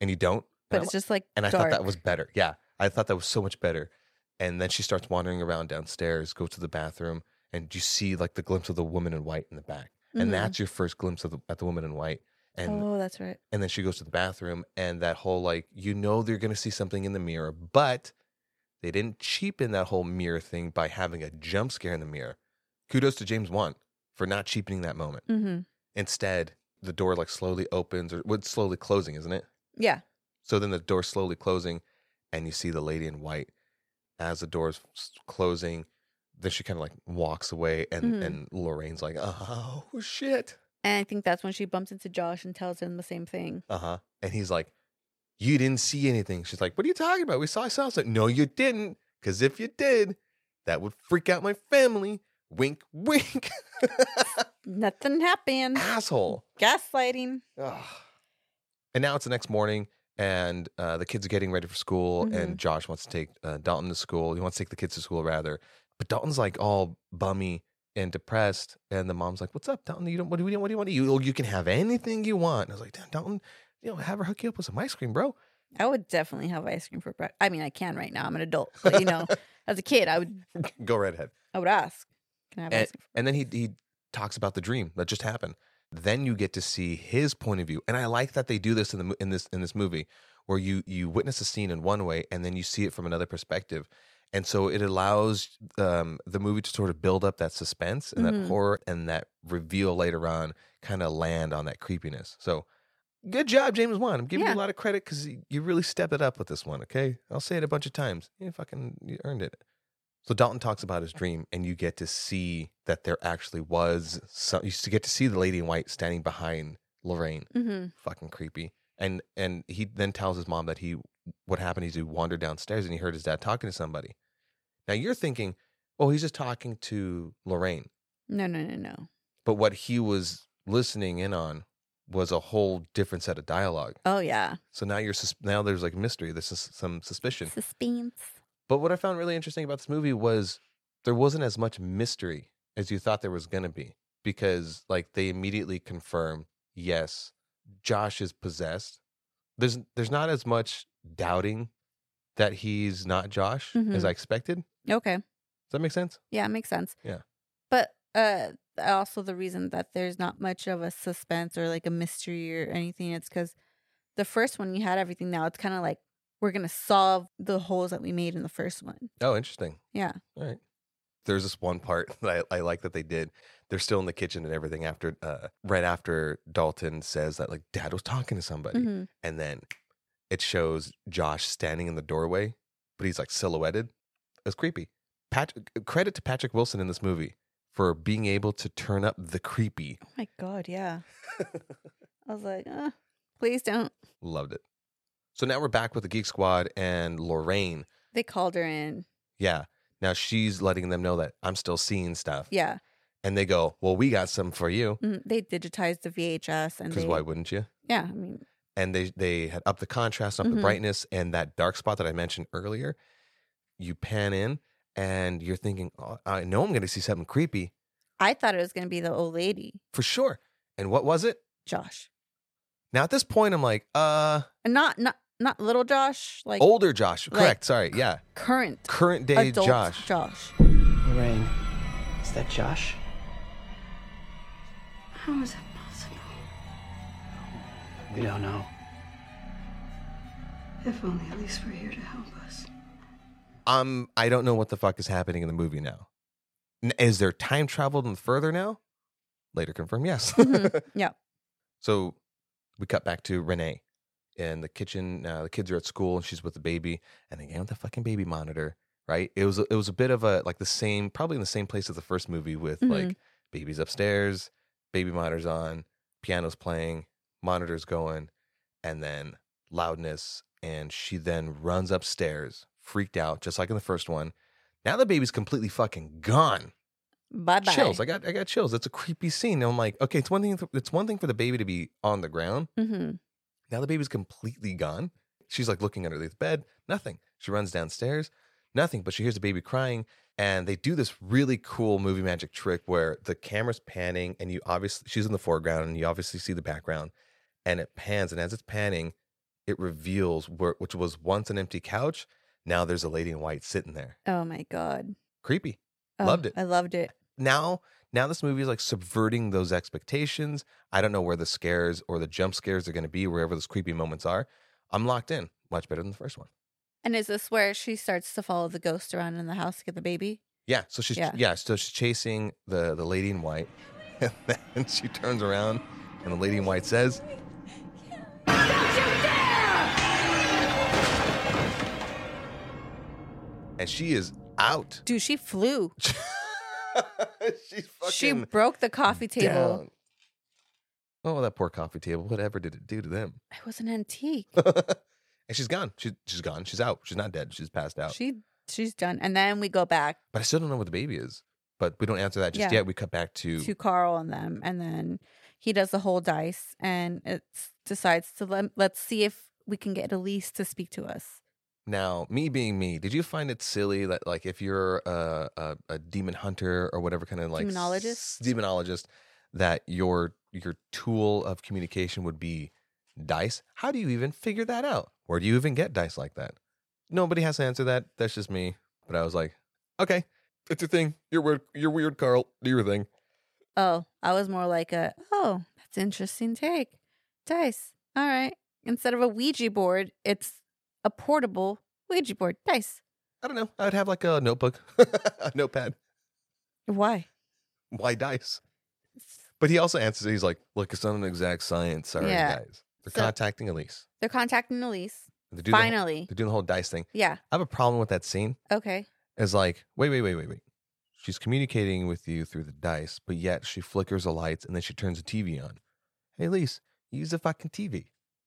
and you don't.
But
And I
it's just like
and I thought that
dark.
was better. Yeah, I thought that was so much better. And then she starts wandering around downstairs, goes to the bathroom, and you see like the glimpse of the woman in white in the back,
Mhm.
and that's your first glimpse of the, at the woman in white. And
oh, that's right.
and then she goes to the bathroom, and that whole like you know they're gonna see something in the mirror, but they didn't cheapen that whole mirror thing by having a jump scare in the mirror. Kudos to James Wan for not cheapening that moment.
Mm-hmm.
Instead, the door like slowly opens or well, it's slowly closing, isn't it?
Yeah.
So then the door slowly closing, and you see the lady in white as the door's s- closing. Then she kind of like walks away, and
Mhm.
and Lorraine's like, "Oh shit!"
And I think that's when she bumps into Josh and tells him the same thing.
Uh huh. And he's like, "You didn't see anything." She's like, "What are you talking about? We saw ourselves." Like, no, you didn't. Because if you did, that would freak out my family. Wink, [LAUGHS] wink.
Nothing happened.
Ah. Asshole.
Gaslighting.
Ugh. And now it's the next morning, and uh, the kids are getting ready for school, and Josh wants to take uh, Dalton to school. He wants to take the kids to school, rather. But Dalton's like all bummy and depressed, and the mom's like, "What's up, Dalton? You don't? What do you? What do you want to? You you can have anything you want." And I was like, "Damn, Dalton, you know, have her hook you up with some ice cream, bro."
I would definitely have ice cream for breakfast. I mean, I can right now. I'm an adult, but
[LAUGHS]
you know, as a kid, I would
[LAUGHS] Go right ahead.
I would ask, "Can I have
And,
ice cream?"
and then he he talks about the dream that just happened. Then you get to see his point of view, and I like that they do this in the mo- in this in this movie, where you you witness a scene in one way and then you see it from another perspective, and so it allows um, the movie to sort of build up that suspense and
Mhm.
that horror and that reveal later on, kind of land on that creepiness. So. Good job, James Wan. I'm giving
Yeah.
you a lot of credit because you really stepped it up with this one. Okay, I'll say it a bunch of times. You fucking you earned it. So Dalton talks about his dream, and you get to see that there actually was some. You get to see the lady in white standing behind Lorraine.
Mm-hmm.
Fucking creepy. And and he then tells his mom that he what happened is he wandered downstairs and he heard his dad talking to somebody. Now you're thinking, oh, he's just talking to Lorraine.
No, no, no, no.
But what he was listening in on was a whole different set of dialogue.
Oh yeah,
So now you're sus- now there's like mystery. There's sus- some suspicion.
suspense.
But what I found really interesting about this movie was there wasn't as much mystery as you thought there was going to be because like they immediately confirm yes, Josh is possessed. There's there's not as much doubting that he's not Josh as
Mhm.
I expected. Does
Okay,
that make sense?
yeah, it makes sense.
Yeah.
but uh, also the reason that there's not much of a suspense or like a mystery or anything, it's because the first one you had everything. Now it's kind of like we're gonna solve the holes that we made in the first one.
Oh, interesting.
Yeah.
All right. There's this one part [LAUGHS] that I, I like that they did. They're still in the kitchen and everything after uh, right after Dalton says that like dad was talking to somebody.
hmm
and then it shows Josh standing in the doorway, but he's like silhouetted. It's creepy. Pat- uh, credit to Patrick Wilson in this movie for being able to turn up the creepy.
Oh my god,
[LAUGHS]
yeah. I was like, uh, please don't.
Loved it. So now we're back with the Geek Squad and Lorraine.
They called her in.
Yeah. Now she's letting them know that I'm still seeing stuff.
Yeah,
And they go, Well, we got some for you.
Mhm. they digitized the VHS and
Because
they,
why wouldn't you?
yeah, I mean,
and they they had up the contrast, up the
Mhm.
brightness, and that dark spot that I mentioned earlier. You pan in, and you're thinking, oh, "I know I'm going to see something creepy
I thought it was gonna be the old lady,
for sure." And what was it?
Josh,
Now at this point, I'm like, "Uh,
and not not not little Josh, like
older Josh,
like-
correct? sorry, yeah,
current
current day
adult
Josh."
Josh.
Lorraine, is that Josh?
How is that possible?
We don't know.
If only Elise were here to help us.
um, I don't know what the fuck is happening in the movie now. N- Is there time traveled and further now? Later confirmed, yes.
Mhm. Yeah.
So we cut back to Renee in the kitchen. Uh, the kids are at school, and she's with the baby, and again with the fucking baby monitor. Right? It was it was a bit of a like the same, probably in the same place as the first movie with like babies upstairs, baby monitors on, piano's playing, monitors going, and then loudness. And she then runs upstairs, freaked out, just like in the first one. Now the baby's completely fucking gone
Bye bye.
chills. I got I got chills. It's a creepy scene. I'm like, okay, it's one thing. It's one thing for the baby to be on the ground.
mm-hmm.
Now the baby's completely gone. She's like looking underneath the bed. Nothing. She runs downstairs. Nothing. But she hears the baby crying, and they do this really cool movie magic trick where the camera's panning, and you obviously she's in the foreground, and you obviously see the background, and it pans, and as it's panning, it reveals where which was once an empty couch. Now there's a lady in white sitting there.
Oh my god,
Creepy.
Oh,
Loved it.
I loved it.
now now this movie is like subverting those expectations. I don't know where the scares or the jump scares are going to be, wherever those creepy moments are. I'm locked in. Much better than the first one.
And is this where she starts to follow the ghost around in the house to get the baby?
Yeah. So she's yeah.
Yeah.
so she's chasing the the lady in white, [LAUGHS] and then she turns around, and the lady in white says, and she is out. [LAUGHS]
Dude, she flew.
she's fucking.
She broke the coffee table.
down. Oh, that poor coffee table. Whatever did it do to them?
It was an antique.
and she's gone. She's she's gone. She's out. She's not dead. She's passed out.
She she's done. And then we go back
but I still don't know what the baby is. But we don't answer that just
Yeah.
yet. We cut back to,
to Carl and them, and then he does the whole dice and it decides to let let's see if we can get Elise to speak to us.
now me being me. Did you find it silly that like if you're a a, a demon hunter or whatever kind of like
Demonologist?
s- demonologist that your your tool of communication would be dice? How do you even figure that out? Where do you even get dice like that? Nobody has to answer that. That's just me. But I was like, okay, it's your thing. You're weird. You're weird, Carl. Do your thing.
Oh, I was more like a oh, that's interesting take. Dice. All right. Instead of a Ouija board, it's a portable Ouija board. Dice.
I don't know. I would have like a notebook, [LAUGHS] a notepad.
Why?
Why dice? But he also answers. it. He's like, "Look, it's not an exact science. Sorry,
Yeah.
guys. They're
So-
contacting Elise.
They're contacting Elise.
They're doing The whole,
Finally.
they're doing the whole dice thing.
yeah.
I have a problem with that scene.
Okay.
is like, wait, wait, wait, wait, wait. She's communicating with you through the dice, but yet she flickers the lights and then she turns the TV on. Hey, Lise, use the fucking TV.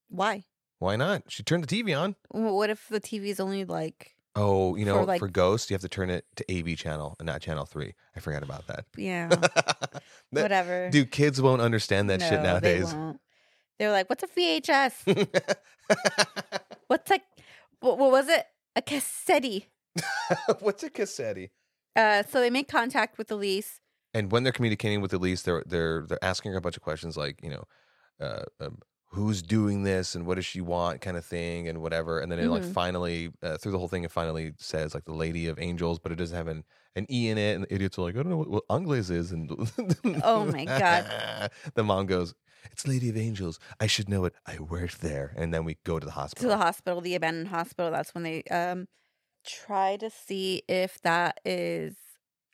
Why?
Why not? She turned the TV on.
Wh- What if the TV is only like,
Oh, you know,
For,
for,
like-
Ghost, you have to turn it to AV channel and not channel three. I forgot about that. [LAUGHS]
yeah,
That-
whatever?
Dude, kids won't understand that shit
Oh, No, they
nowadays.
won't. They're like, what's
[LAUGHS]
a VHS? What's a, what, what was it? A cassette.
[LAUGHS] What's a cassette?
Uh, so they make contact with Elise.
and when they're communicating with Elise, they're they're they're asking her a bunch of questions like you know, uh, um, who's doing this and what does she want, kind of thing, and whatever. And then it like
Mhm.
finally uh, through the whole thing, it finally says like the Lady of Angels, but it doesn't have an an e in it. And the idiots are like, I don't know what, what Angles is, and
Oh my God.
[LAUGHS] the mom goes. It's Lady of Angels. I should know it. I worked there. And then we go to the
to
hospital.
the hospital, the abandoned hospital. That's when they um try to see if that is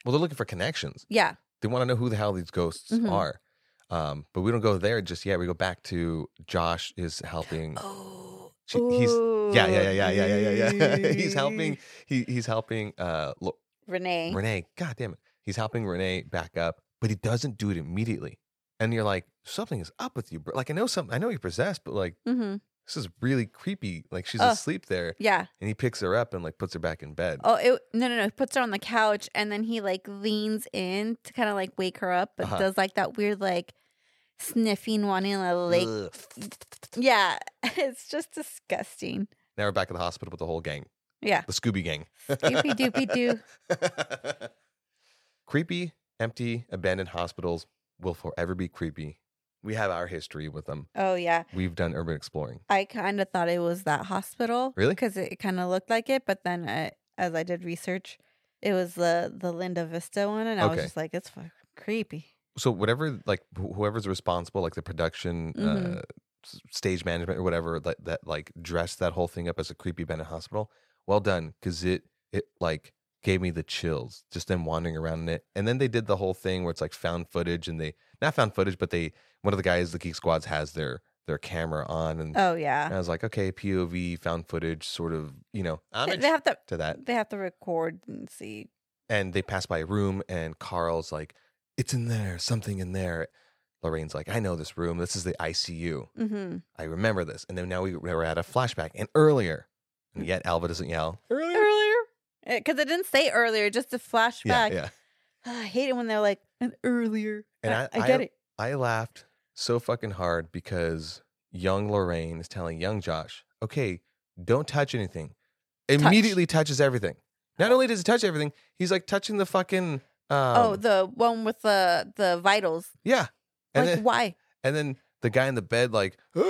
well, they're looking for connections.
yeah.
they want to know who the hell these ghosts
Mhm.
are. Um, but we don't go there just yet. We go back to Josh is helping.
Oh,
She- he's- Yeah, yeah, yeah, yeah, yeah, yeah, yeah, [LAUGHS]
[LAUGHS]
yeah. he's helping. He he's helping. Uh, Lo-
Oh. Renee.
Renee. God damn it. He's helping Renee back up, but he doesn't do it immediately. And you're like, something is up with you, bro. Like I know something. I know you're possessed, but like
Mm-hmm.
this is really creepy. Like she's
Ugh.
asleep there,
Yeah.
and he picks her up and like puts her back in bed.
Oh, it, no, no, no. He puts her on the couch and then he like leans in to kind of like wake her up, but
Uh-huh.
does like that weird like sniffing, wanting to like
Ugh.
yeah. [LAUGHS] It's just disgusting.
Now we're back at the hospital with the whole gang,
Yeah.
the Scooby gang.
Doopy doopy doo.
[LAUGHS] creepy, empty, abandoned hospitals will forever be creepy. We have our history with them.
Oh yeah.
We've done urban exploring.
I kind of thought it was that hospital.
Really?
Because it kind of looked like it, but then I, as I did research, it was the the Linda Vista one, and I was
Okay.
just like, it's fucking creepy.
So whatever, like wh- whoever's responsible, like the production, uh,
Mhm.
s- stage management, or whatever, that that like dressed that whole thing up as a creepy abandoned hospital. Well done, because it it like gave me the chills just them wandering around in it. And then they did the whole thing where it's like found footage, and they not found footage, but they one of the guys the Geek Squads has their their camera on, and
Oh
And
yeah.
I was like, okay, POV, found footage, sort of, you know,
They,
homage
they have to
to that.
they have to record and see.
And they pass by a room, and Carl's like, it's in there, something in there. Lorraine's like, I know this room. This is the ICU.
Mm-hmm.
I remember this. And then now we, we're at a flashback and earlier. And yet Alva doesn't yell.
Earlier, because it didn't say earlier, just a flashback.
Yeah, yeah.
[SIGHS] I hate it when they're like and earlier.
And
I,
I-
I get
I-
it.
I laughed so fucking hard because young Lorraine is telling young Josh, okay, don't touch anything. Immediately touches everything. Not only does he touch everything, he's like touching the fucking. Um,
oh, the one with the the vitals.
Yeah. And
like
then
why?
and then the guy in the bed like [GASPS] "Ah,"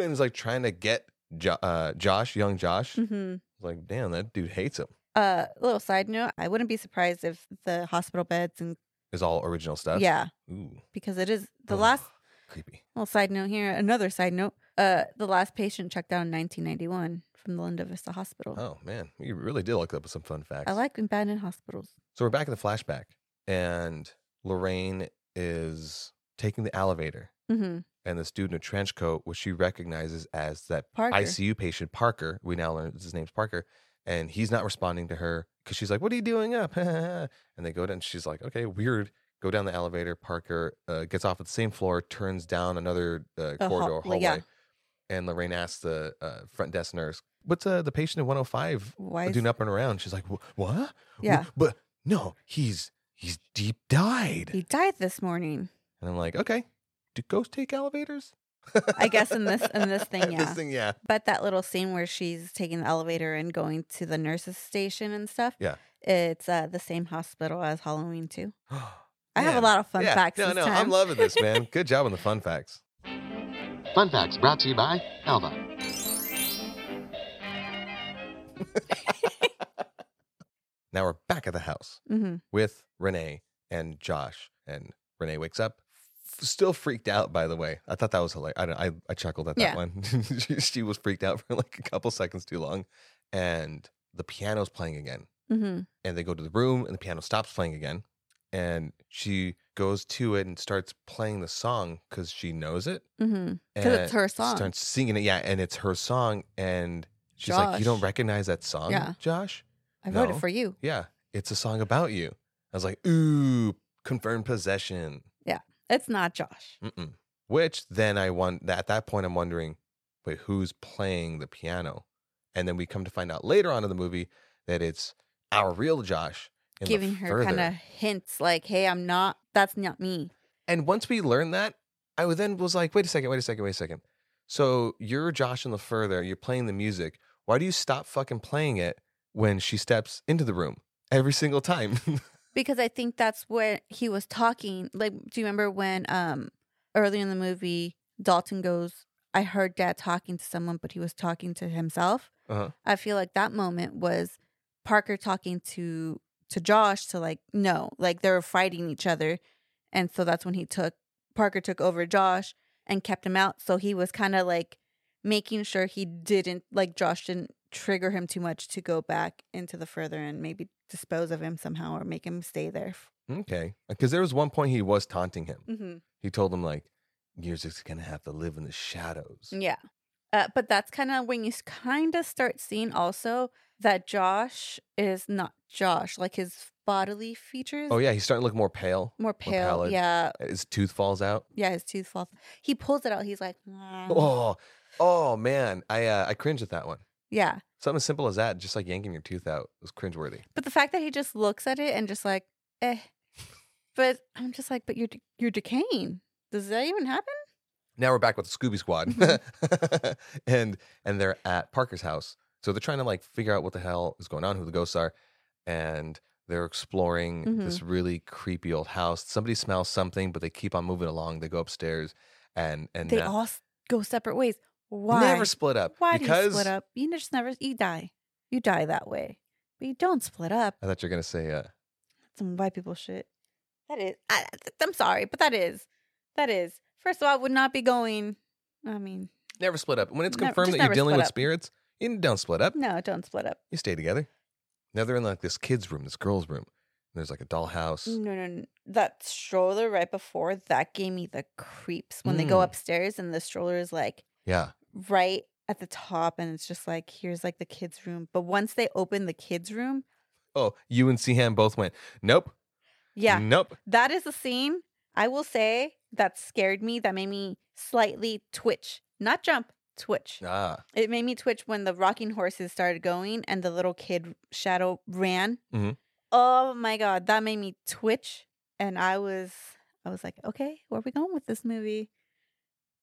and is like trying to get jo- uh, Josh, young Josh.
Mm-hmm.
Like, damn, that dude hates him.
Uh, little side note: I wouldn't be surprised if the hospital beds and
Is all original stuff.
yeah,
Ooh.
because it is the
Ugh.
last
creepy.
Well, side note here, another side note. Uh, the last patient checked out in 1991 from the Linda Vista Hospital.
Oh man, we really did look up some fun facts.
I like abandoned hospitals.
so we're back in the flashback, and Lorraine is taking the elevator,
Mm-hmm.
and this dude in a trench coat, which she recognizes as that
Parker.
ICU patient Parker. We now learn his name's Parker, and he's not responding to her because she's like, "What are you doing up?" [LAUGHS] and they go down. And she's like, "Okay, weird." Go down the elevator. Parker uh, gets off at the same floor, turns down another uh,
hall-
corridor
well,
hallway,
yeah.
and Lorraine asks the uh, front desk nurse, "What's uh, the patient in 105
Why?
doing up and around?" She's like, "Wha- "What? Wh- [LAUGHS]
Yeah.
but no, he's he's deep died."
He died this morning.
and I'm like, "Okay, do ghosts take elevators?"
I guess in this- in this thing,
[LAUGHS] this
yeah.
thing, yeah.
But that little scene where she's taking the elevator and going to the nurses' station and stuff.
Yeah.
It's uh, the same hospital as Halloween too. I have a
Man.
lot of fun
Yeah.
facts.
No,
this
no, I'm
time.
loving this,
[LAUGHS]
man. Good job on the fun facts.
Fun facts brought to you by Alva.
[LAUGHS] Now we're back at the house
hmm
with Renee and Josh, and Renee wakes up, f- still freaked out. By the way, I thought that was hilarious. I don't, I, I chuckled at that
Yeah.
one. [LAUGHS] she, she was freaked out for like a couple seconds too long, and the piano's playing again.
hmm
and they go to the room and the piano stops playing again and she goes to it and starts playing the song because she knows it
hmm 'Cause
and
it's her song.
starts singing it yeah and it's her song and she's like you don't
Josh.
recognize that song
Yeah.
josh
I voted
No.
for you.
Yeah, it's a song about you. I was like, ooh, confirmed possession.
It's not Josh.
Mm-mm. Which then I won. At that point, I'm wondering, wait, who's playing the piano? And then we come to find out later on in the movie that it's our real Josh in the
Giving her
further.
kind of hints like, hey, I'm not, that's not me.
And once we learned that, I would then was like, wait a second, wait a second, wait a second. So you're Josh in the further. You're playing the music. Why do you stop fucking playing it when she steps into the room every single time? [LAUGHS]
Because I think that's what he was talking. Like, do you remember when um early in the movie Dalton goes, I heard dad talking to someone, but he was talking to himself?
Uh-huh.
I feel like that moment was Parker talking to to Josh to like, no, like they were fighting each other. And so that's when he took Parker took over Josh and kept him out. So he was kind of like making sure he didn't like Josh didn't trigger him too much to go back into the further and maybe dispose of him somehow or make him stay there.
okay, because there was one point he was taunting him.
Mm-hmm.
He told him like, "Music's gonna have to live in the shadows."
Yeah. Uh, but that's kind of when you kind of start seeing also that Josh is not Josh, like his bodily features.
Oh yeah, he's starting to look more pale.
More pale.
pallid.
yeah.
His tooth falls out.
Yeah. His tooth falls. He pulls it out. He's like, "Nah."
Oh, oh man, I uh, I cringe at that one.
yeah.
Something as simple as that, just like yanking your tooth out, was cringeworthy.
But the fact that he just looks at it and just like, eh. But I'm just like, but you're de- you're decaying. Does that even happen?
Now we're back with the Scooby Squad,
Mm-hmm.
[LAUGHS] and and they're at Parker's house, so they're trying to like figure out what the hell is going on, who the ghosts are, and they're exploring
Mhm.
this really creepy old house. Somebody smells something, but they keep on moving along. They go upstairs, and and
They
now-
all s- go separate ways. Why?
never split up
Why do you
because
split up? You just never. You die. You die that way. But you don't split up.
I thought you were gonna say uh,
some white people shit. That is, I, I'm sorry, but that is, that is. First of all, I would not be going. I mean,
never split up. When it's
Nev-
confirmed
just
that you're
never
dealing
split
with
up. Mm.
spirits, you don't split up.
no, don't split up.
You stay together. Now they're in like this kid's room, this girl's room. And there's like a dollhouse.
Mm, No, no, no. That stroller right before that gave me the creeps when they go
Mm.
upstairs and the stroller is like
Yeah.
right at the top and it's just like here's like the kids' room. But once they open the kids' room,
Oh, you and Seaham both went. Nope.
yeah,
Nope.
that is a scene I will say that scared me. That made me slightly twitch, not jump, twitch.
Ah.
It made me twitch when the rocking horses started going and the little kid shadow ran.
Mhm.
Oh my god, that made me twitch, and I was, I was like, okay, where are we going with this movie?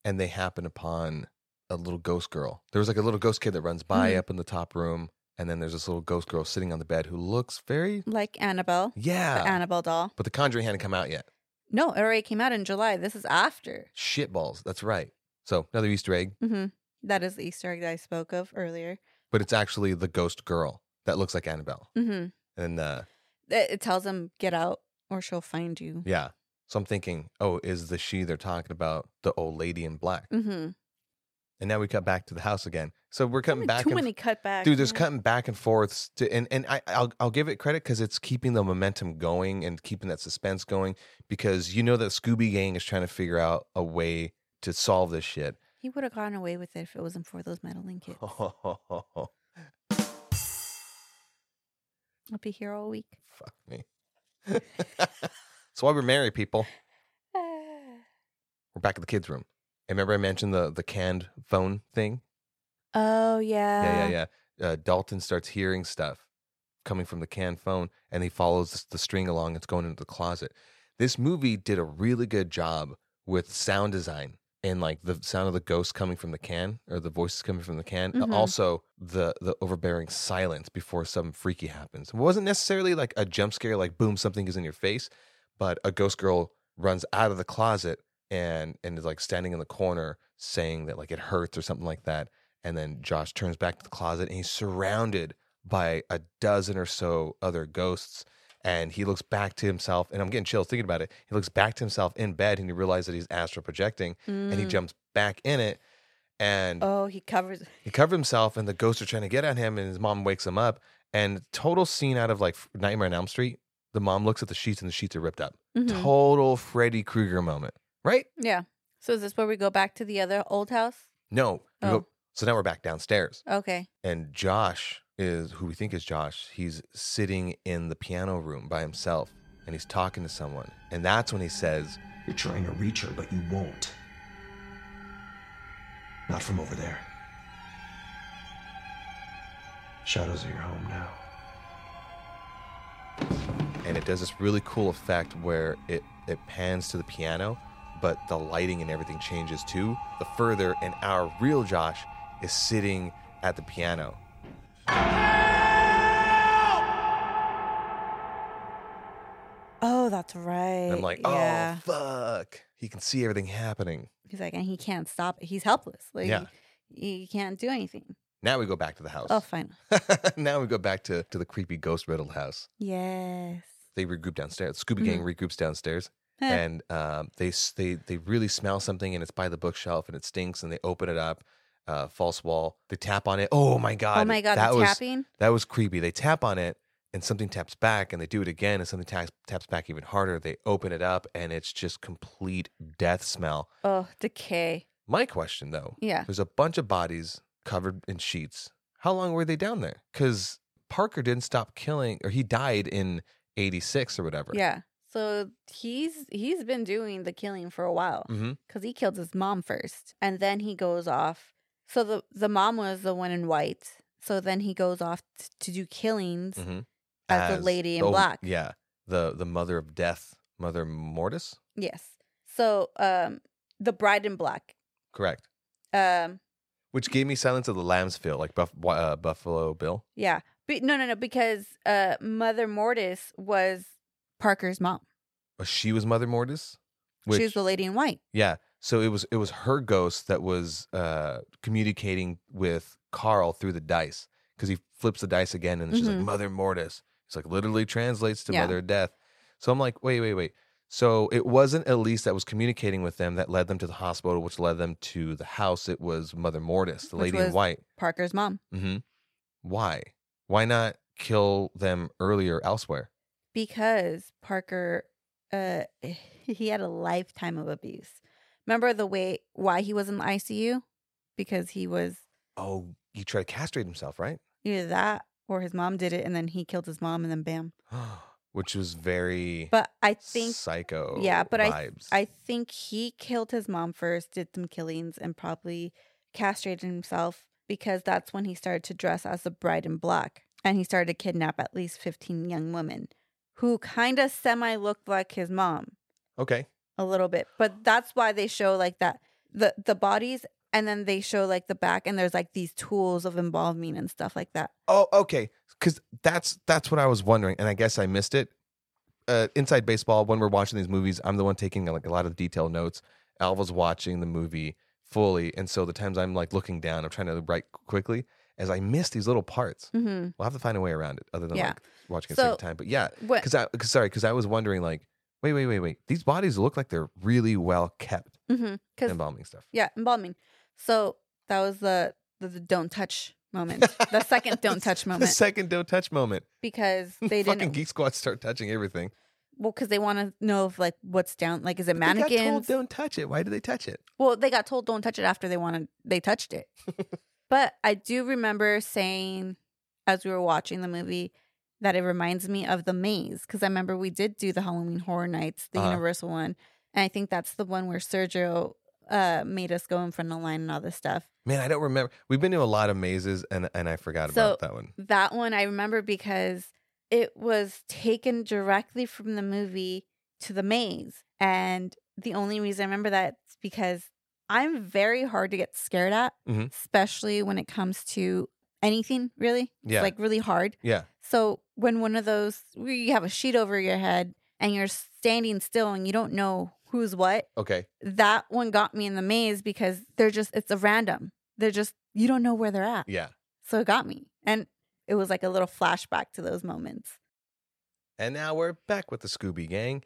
And they happen upon a little ghost girl. There was like a little ghost kid that runs by
Mhm.
up in the top room. And then there's this little ghost girl sitting on the bed who looks very
Like Annabelle,
Yeah.
the Annabelle doll.
but the conjuring hadn't come out yet.
No, it already came out in July. This is after.
Shit balls. That's right. So another Easter egg.
hmm That is the Easter egg that I spoke of earlier.
But it's actually the ghost girl that looks like Annabelle.
hmm
And uh
It, it tells them get out or she'll find you.
Yeah. So I'm thinking, oh, is the she they're talking about the old lady in black?
hmm
And now we cut back to the house again. So we're cutting back.
Too
and
many cutbacks,
Dude, there's
man.
cutting back and forths to, and and I I'll, I'll give it credit because it's keeping the momentum going and keeping that suspense going because you know that Scooby Gang is trying to figure out a way to solve this [LAUGHS] shit.
He would have gotten away with it if it wasn't for those
[LAUGHS]
meddling kids.
Oh, Fuck
I'll be here
[LAUGHS]
all week.
me. That's why we're married, people. We're back at the kids' room. And remember I mentioned the the canned phone thing?
Oh yeah.
yeah, yeah, yeah. Uh, Dalton starts hearing stuff coming from the canned phone, and he follows the string along. It's going into the closet. This movie did a really good job with sound design and like the sound of the ghost coming from the can or the voices coming from the can. and
Mhm.
Also, the the overbearing silence before something freaky happens. It wasn't necessarily like a jump scare, like boom, something is in your face, but a ghost girl runs out of the closet and and is like standing in the corner saying that like it hurts or something like that. And then Josh turns back to the closet and he's surrounded by a dozen or so other ghosts. And he looks back to himself, and I'm getting chills thinking about it. He looks back to himself in bed and he realizes that he's astral projecting and he
Mm.
jumps back in it. And
Oh, he covers. [LAUGHS]
he covered himself, and the ghosts are trying to get at him, and his mom wakes him up. And total scene out of like Nightmare on Elm Street. The mom looks at the sheets, and the sheets are ripped up.
Mhm.
Total Freddy Krueger moment, right?
Yeah. So is this where we go back to the other old house?
No. We
Oh.
go- so now we're back downstairs.
Okay.
and Josh is who we think is Josh. He's sitting in the piano room by himself and he's talking to someone. And that's when he says,
You're trying to reach her, but you won't. Not from over there. Shadows are your home now.
and it does this really cool effect where it, it pans to the piano, but the lighting and everything changes too. The further, and our real Josh is sitting at the piano.
Oh, that's right.
And I'm like,
yeah.
oh, fuck. He can see everything happening.
He's like, and he can't stop it. He's helpless. Like,
Yeah.
he, he can't do anything.
Now we go back to the house.
Oh, fine.
[LAUGHS] now we go back to, to the creepy ghost riddled house.
Yes.
They regroup downstairs. Scooby Gang
Hmm.
regroups downstairs.
Huh.
and um, they s- they they really smell something, and it's by the bookshelf, and it stinks. And they open it up, uh, false wall. They tap on it. Oh my god!
oh my god,
that
the
was
tapping.
that was creepy. They tap on it, and something taps back, and they do it again, and something taps taps back even harder. They open it up, and it's just complete death smell.
Oh, decay.
My question though,
Yeah.
there's a bunch of bodies covered in sheets. How long were they down there? Because Parker didn't stop killing, or he died in '86 or whatever.
Yeah. So he's he's been doing the killing for a while
hmm
because he killed his mom first, and then he goes off. So the the mom was the one in white. So then he goes off t- to do killings.
Mhm.
as the lady in
oh,
black.
Yeah, the the mother of death, mother mortis.
Yes. So um, the bride in black.
Correct.
Um,
Which gave me Silence of the Lambs feel, like Buff, uh, Buffalo Bill.
yeah. But no, no, no, because uh, Mother Mortis was Parker's mom.
Uh, She was Mother Mortis. Which,
she was the lady in white.
yeah. So it was it was her ghost that was uh, communicating with Carl through the dice because he flips the dice again and it's just
Mhm.
like Mother Mortis. It's like literally translates to
Yeah.
Mother of Death. So I'm like, wait, wait, wait. So it wasn't Elise that was communicating with them that led them to the hospital, which led them to the house. It was Mother Mortis, the
Which
lady in
was-
white.
Parker's mom.
Mm-hmm. Why? Why not kill them earlier elsewhere?
because Parker uh [LAUGHS] he had a lifetime of abuse. Remember the way why he was in the ICU? Because he was
Oh, he tried to castrate himself, right?
either that or his mom did it and then he killed his mom and then bam.
[GASPS] Which was very
But I think
psycho.
yeah, but I
vibes.
I think he killed his mom first, did some killings and probably castrated himself because that's when he started to dress as the bride in black and he started to kidnap at least 15 young women who kind of semi looked like his mom.
okay.
a little bit but that's why they show like that the the bodies and then they show like the back and there's like these tools of embalming and stuff like that
Oh, okay. Because that's that's what I was wondering, and I guess I missed it. Uh, inside baseball, when we're watching these movies, I'm the one taking like a lot of detailed notes. Alva's watching the movie fully, and so the times I'm like looking down, I'm trying to write quickly as I miss these little parts.
mm-hmm.
We'll have to find a way around it, other than
Yeah.
like watching it a
So-
second time. But yeah,
what
because I cause, sorry, because I was wondering like, wait, wait, wait, wait. These bodies look like they're really well kept.
mhm, 'cause-
Embalming stuff.
yeah embalming so that was the the, the don't touch moment [LAUGHS] the second don't touch
The
moment
second don't touch moment.
because
[LAUGHS]
they
Fucking
didn't
Geek Squad start touching everything.
well because they want to know if like what's down like is it
But They got told
mannequins
don't touch it. Why did they touch it?
Well, they got told don't touch it after they wanted they
[LAUGHS]
touched it. but I do remember saying as we were watching the movie that it reminds me of the maze because I remember we did do the Halloween Horror Nights, the
Uh-huh.
Universal one, and I think that's the one where Sergio uh, made us go in front of the line and all this stuff.
Man, I don't remember. We've been to a lot of mazes, and and I forgot about
So-
that one.
That one I remember because it was taken directly from the movie to the maze. And the only reason I remember that is because I'm very hard to get scared at,
Mhm.
especially when it comes to anything really. It's,
Yeah.
like really hard.
Yeah,
So when one of those where you have a sheet over your head and you're standing still and you don't know who's what,
okay.
that one got me in the maze because they're just it's a random. They're just you don't know where they're at.
Yeah,
So it got me. And it was like a little flashback to those moments.
and now we're back with the Scooby Gang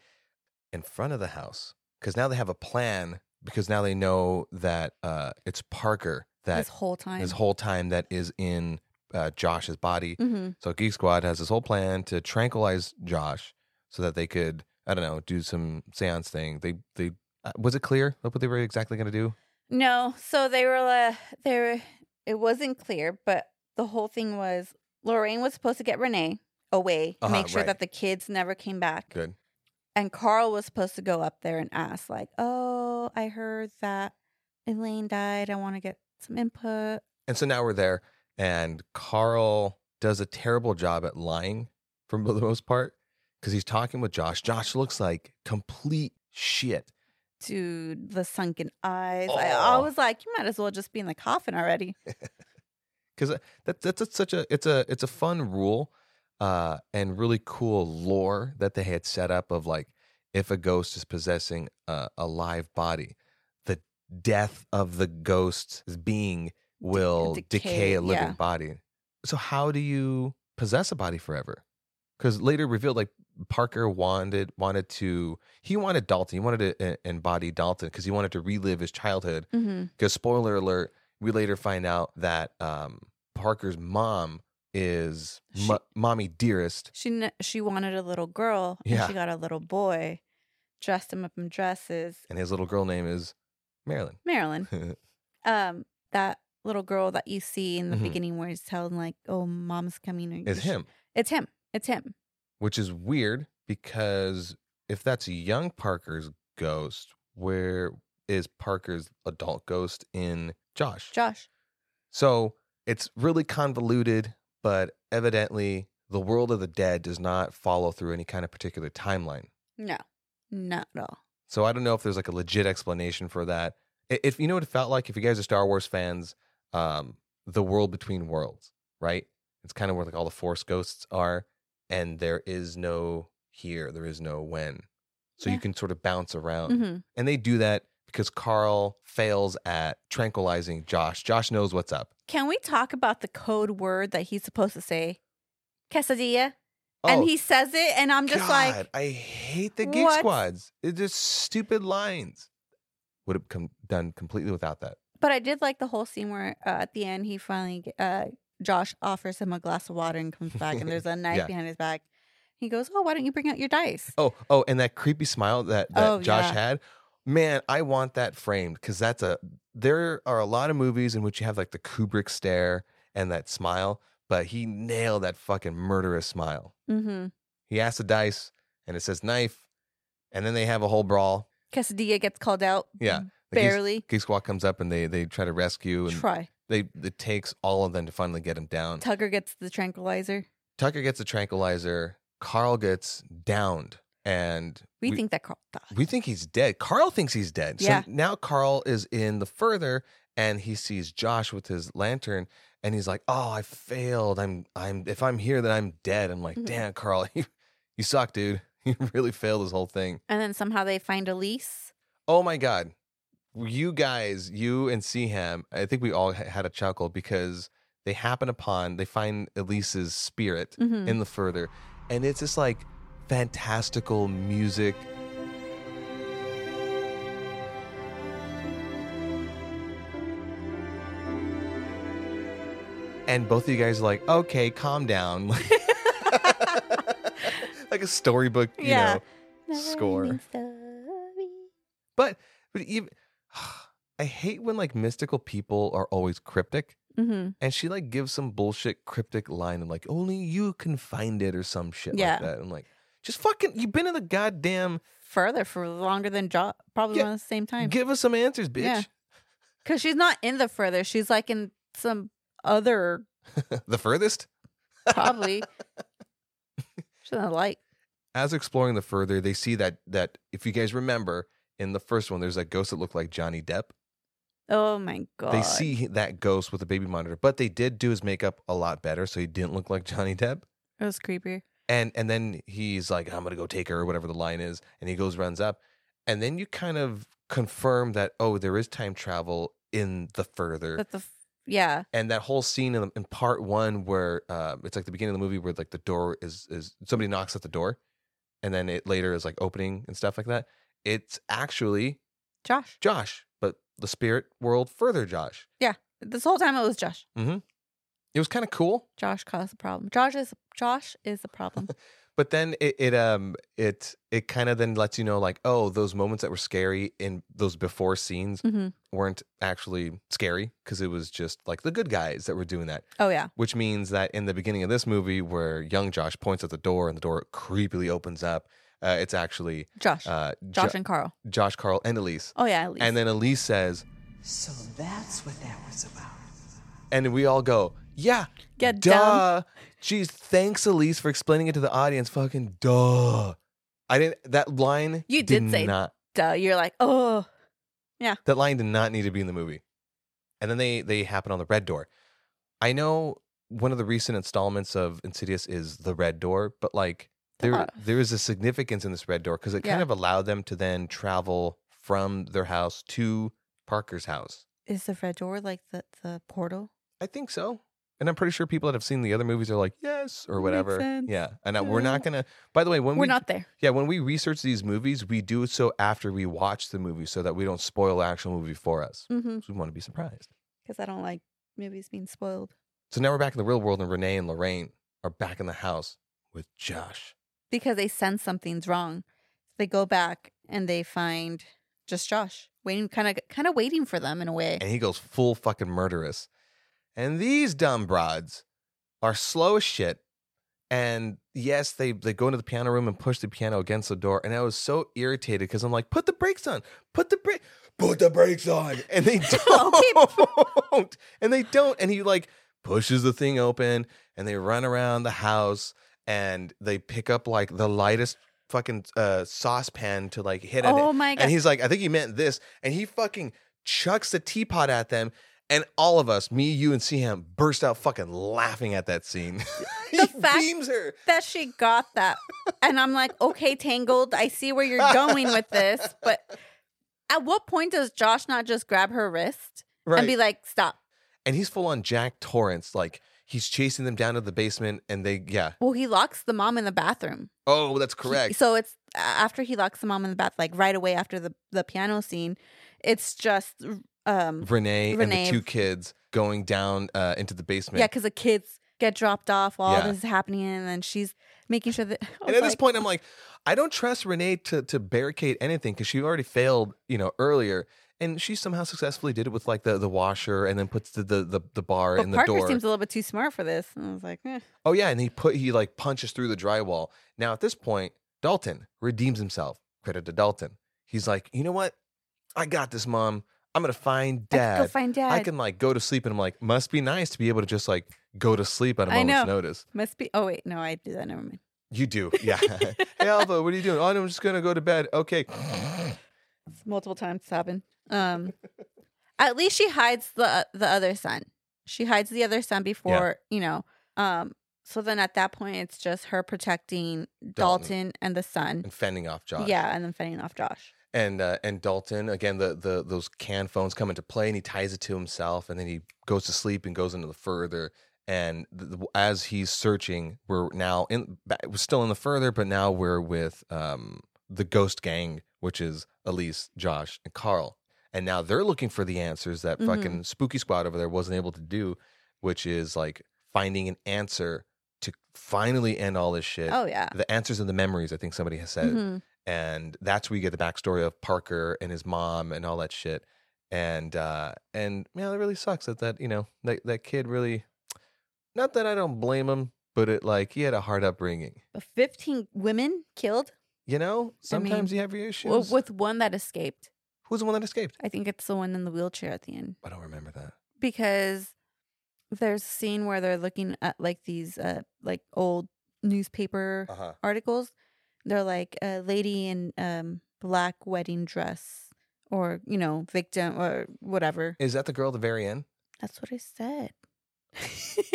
in front of the house because now they have a plan because now they know that uh, it's Parker that
this whole time.
this whole time that is in uh, Josh's body.
Mhm.
So Geek Squad has this whole plan to tranquilize Josh so that they could, I don't know, do some seance thing. They they uh, was it clear what they were exactly going to do?
No, so they were uh, they were it wasn't clear, but the whole thing was Lorraine was supposed to get Renee away,
Uh-huh,
make sure
right.
that the kids never came back.
Good.
And Carl was supposed to go up there and ask, like, oh, I heard that Elaine died. I want to get some input.
And so now we're there, and Carl does a terrible job at lying for [LAUGHS] the most part because he's talking with Josh. Josh looks like complete shit.
Dude, the sunken eyes. I, I
Oh.
was like, you might as well just be in the coffin already.
because that, that's that's such a it's a it's a fun rule uh and really cool lore that they had set up of like if a ghost is possessing a, a live body the death of the ghost's being will
decay,
decay, a living
yeah.
body so how do you possess a body forever because later revealed like parker wanted wanted to he wanted dalton he wanted to uh, embody dalton because he wanted to relive his childhood
Mm-hmm.
because spoiler alert, we later find out that um, Parker's mom is
She-
mo- mommy dearest.
She kn- she wanted a little girl, and
Yeah.
she got a little boy. Dressed him up in dresses.
And his little girl name is Marilyn.
Marilyn, um, that little girl that you see in the
Mhm.
beginning where he's telling like, "Oh, mom's coming." or you
[LAUGHS] is
sh-
him,
It's him. It's him.
which is weird because if that's young Parker's ghost, where is Parker's adult ghost in Josh?
Josh.
So it's really convoluted, but evidently the world of the dead does not follow through any kind of particular timeline.
No, not at all.
So I don't know if there's like a legit explanation for that. I- If you know what it felt like, if you guys are Star Wars fans, um, the world between worlds, right? It's kind of where like all the Force ghosts are, and there is no here, there is no when, so
Yeah.
you can sort of bounce around,
hmm
and they do that because Carl fails at tranquilizing Josh. Josh knows what's up.
Can we talk about the code word that he's supposed to say? Quesadilla, and he says it, and I'm just
Oh. God,
like,
I hate the Geek
what?
Squads. It's just stupid lines. Would have come done completely without that.
but I did like the whole scene where uh, at the end he finally uh, Josh offers him a glass of water and comes back, and
[LAUGHS]
there's a knife
Yeah.
behind his back. He goes, "Oh, why don't you bring out your dice?"
Oh, oh, and that creepy smile that, that
Oh,
Josh
yeah.
had. Man, I want that framed because that's a. There are a lot of movies in which you have like the Kubrick stare and that smile, but he nailed that fucking murderous smile.
Mm-hmm.
He asks a dice, and it says knife, and then they have a whole brawl.
Quesadilla gets called out.
Yeah, the Geek-
barely.
Geek Squad comes up and they they try to rescue, and
Try.
they it takes all of them to finally get him down.
Tugger gets the tranquilizer.
Tucker gets a tranquilizer. Carl gets downed, and
We, think that Carl died.
We think he's dead. Carl thinks he's dead.
Yeah.
So now Carl is in the further and he sees Josh with his lantern and he's like, "Oh, I failed. I'm I'm if I'm here then I'm dead." I'm like,
Mhm.
"Damn, Carl, [LAUGHS] you, you suck, dude. [LAUGHS] You really failed this whole thing."
and then somehow they find Elise.
Oh my god. You guys, you and Seaham, I think we all ha- had a chuckle because they happen upon they find Elise's spirit
Mhm.
in the further and it's just like fantastical music and both of you guys are like okay calm down [LAUGHS] like a storybook you
Yeah.
know score
Never-ending story.
but but even [SIGHS] i hate when like mystical people are always cryptic
Mhm.
and she like gives some bullshit cryptic line and like only you can find it or some shit
Yeah.
like that. I'm like, just fucking you've been in the goddamn
Further for longer than Josh, probably
Yeah.
around the same time.
give us some answers, bitch.
Yeah. Because she's not in the further. She's like in some other,
[LAUGHS] the furthest? [LAUGHS]
probably. she's in the light.
As exploring the further, they see that that if you guys remember in the first one, there's that ghost that looked like Johnny Depp.
Oh my God.
They see that ghost with a baby monitor, but they did do his makeup a lot better, so he didn't look like Johnny Depp.
It was creepier.
and and then he's like i'm gonna go take her or whatever the line is and he goes runs up and then you kind of confirm that oh there is time travel in the further
But the, f- yeah.
and that whole scene in, in part one where uh, it's like the beginning of the movie where like the door is is somebody knocks at the door and then it later is like opening and stuff like that it's actually
Josh.
josh but the spirit world further josh
This whole time it was Josh.
it was kind of cool [LAUGHS]
Josh caused the problem. Josh is Josh is the problem.
but then it, it um it it kind of then lets you know like oh those moments that were scary in those before scenes
hmm
weren't actually scary because it was just like the good guys that were doing that
Oh yeah.
which means that in the beginning of this movie where young josh points at the door and the door creepily opens up uh, it's actually
Josh.
uh,
Josh
Jo-
and Carl.
josh carl and elise
Oh yeah, at least.
and then elise says
So that's what that was about.
and we all go yeah
Yeah,
duh jeez thanks elise for explaining it to the audience fucking duh i didn't that line
You did say
not
Duh. You're like, oh
That line did not need to be in the movie. And then they they happen on the red door. I know one of the recent installments of Insidious is the red door, but like there
Uh.
there is a significance in this red door because it kind
Yeah.
of allowed them to then travel from their house to Parker's house.
is the red door like the, the portal?
I think so. And I'm pretty sure people that have seen the other movies are like, yes, or
Makes
whatever.
sense.
Yeah. And I- we're
Yeah.
not going to, by the way, when
We're
we,
not there.
yeah, when we research these movies, we do so after we watch the movie so that we don't spoil the actual movie for us.
Mm-hmm.
So we want to be surprised.
Because I don't like movies being spoiled.
So now we're back in the real world, and Renee and Lorraine are back in the house with Josh.
Because they sense something's wrong. They go back and they find just Josh waiting, kind of, kind of waiting for them in a way.
And he goes full fucking murderous. And these dumb broads are slow as shit. And yes, they, they go into the piano room and push the piano against the door. And I was so irritated because I'm like, put the brakes on, put the brake, put the brakes on. And they don't. [LAUGHS] and they don't. And he like pushes the thing open and they run around the house and they pick up like the lightest fucking uh, saucepan to like hit at it.
Oh my god!
And he's like, I think he meant this. And he fucking chucks the teapot at them. And all of us, me, you, and Seaham, burst out fucking laughing at that scene. he [LAUGHS]
The fact-
beams her.
that she got that. And I'm like, okay, Tangled, I see where you're going with this.
[LAUGHS]
But at what point does Josh not just grab her wrist
Right.
and be like, stop?
and he's full on Jack Torrance. Like, he's chasing them down to the basement. And they, yeah.
Well, he locks the mom in the bathroom.
Oh, that's
He-
correct.
so it's a- after he locks the mom in the bath, like right away after the, the piano scene, it's just, um,
Renee, and the
Renee-
two kids going down uh, into the basement.
yeah, because the kids get dropped off while
Yeah.
this is happening. And then she's making sure that. [LAUGHS] I
and
was
at this
like,
point, I'm like, I don't trust Renee to to barricade anything because she already failed, you know, earlier, and she somehow successfully did it with like the the washer and then puts the the the, the bar
but
in the
Parker
door.
seems a little bit too smart for this. And I was like, eh.
oh yeah, and he put he like punches through the drywall. Now at this point, Dalton redeems himself. Credit to Dalton. He's like, you know what? I got this, mom. I'm gonna find
I could
dad.
go find dad.
I can like go to sleep, and I'm like, must be nice to be able to just like go to sleep at a
I
moment's
know.
notice.
Must be. Oh wait, no, I do that. Never mind.
You
[LAUGHS]
do, yeah. [LAUGHS] hey, Alva, what are you doing? Oh, I'm just gonna go to bed. Okay.
It's multiple times it's happened. Um, at least she hides the the other son. She hides the other son before you know. Um, so then at that point, it's just her protecting Dalton, and the son.
and fending off Josh.
Yeah, and then fending off Josh.
and uh, and Dalton again. The the those can phones come into play, and he ties it to himself, and then he goes to sleep and goes into the further. And th- th- as he's searching, we're now in ba- we're still in the further, but now we're with um the ghost gang, which is Elise, Josh, and Carl. And now they're looking for the answers that
Mhm.
fucking spooky squad over there wasn't able to do, which is like finding an answer to finally end all this shit.
Oh yeah.
The answers and the memories, I think somebody has said
Mhm.
and that's where you get the backstory of Parker and his mom and all that shit. And uh, and man, it really sucks that that you know that that kid really. Not that I don't blame him, but it like he had a hard upbringing.
But Fifteen women killed
You know, sometimes you have your issues.
w- with one that escaped.
Who's the one that escaped?
I think it's the one in the wheelchair at the end
I don't remember that.
because there's a scene where they're looking at like these uh like old newspaper
Uh huh.
articles they're like a lady in um black wedding dress or you know victim or whatever
Is that the girl at the very end?
that's what i
[LAUGHS]
said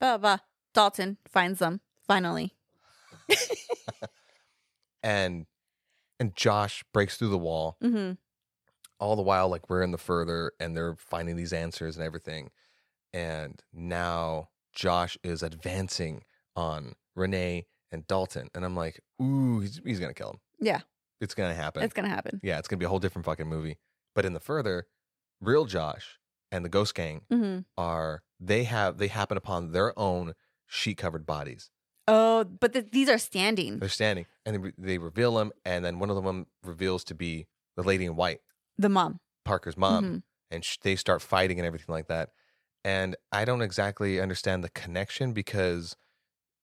bah, bah. dalton finds them finally
And and Josh breaks through the wall
hmm
all the while like we're in the further and they're finding these answers and everything and now josh is advancing on renee and dalton and i'm like ooh he's, he's gonna kill him
Yeah.
it's gonna happen
it's gonna happen
yeah it's gonna be a whole different fucking movie but in the further real josh and the ghost gang
hmm
are they have they happen upon their own sheet covered bodies
Oh, but th- these are standing.
They're standing, and they, re- they reveal him, and then one of them reveals to be the lady in white,
The mom.
Parker's mom,
Mhm.
and sh- they start fighting and everything like that. And I don't exactly understand the connection because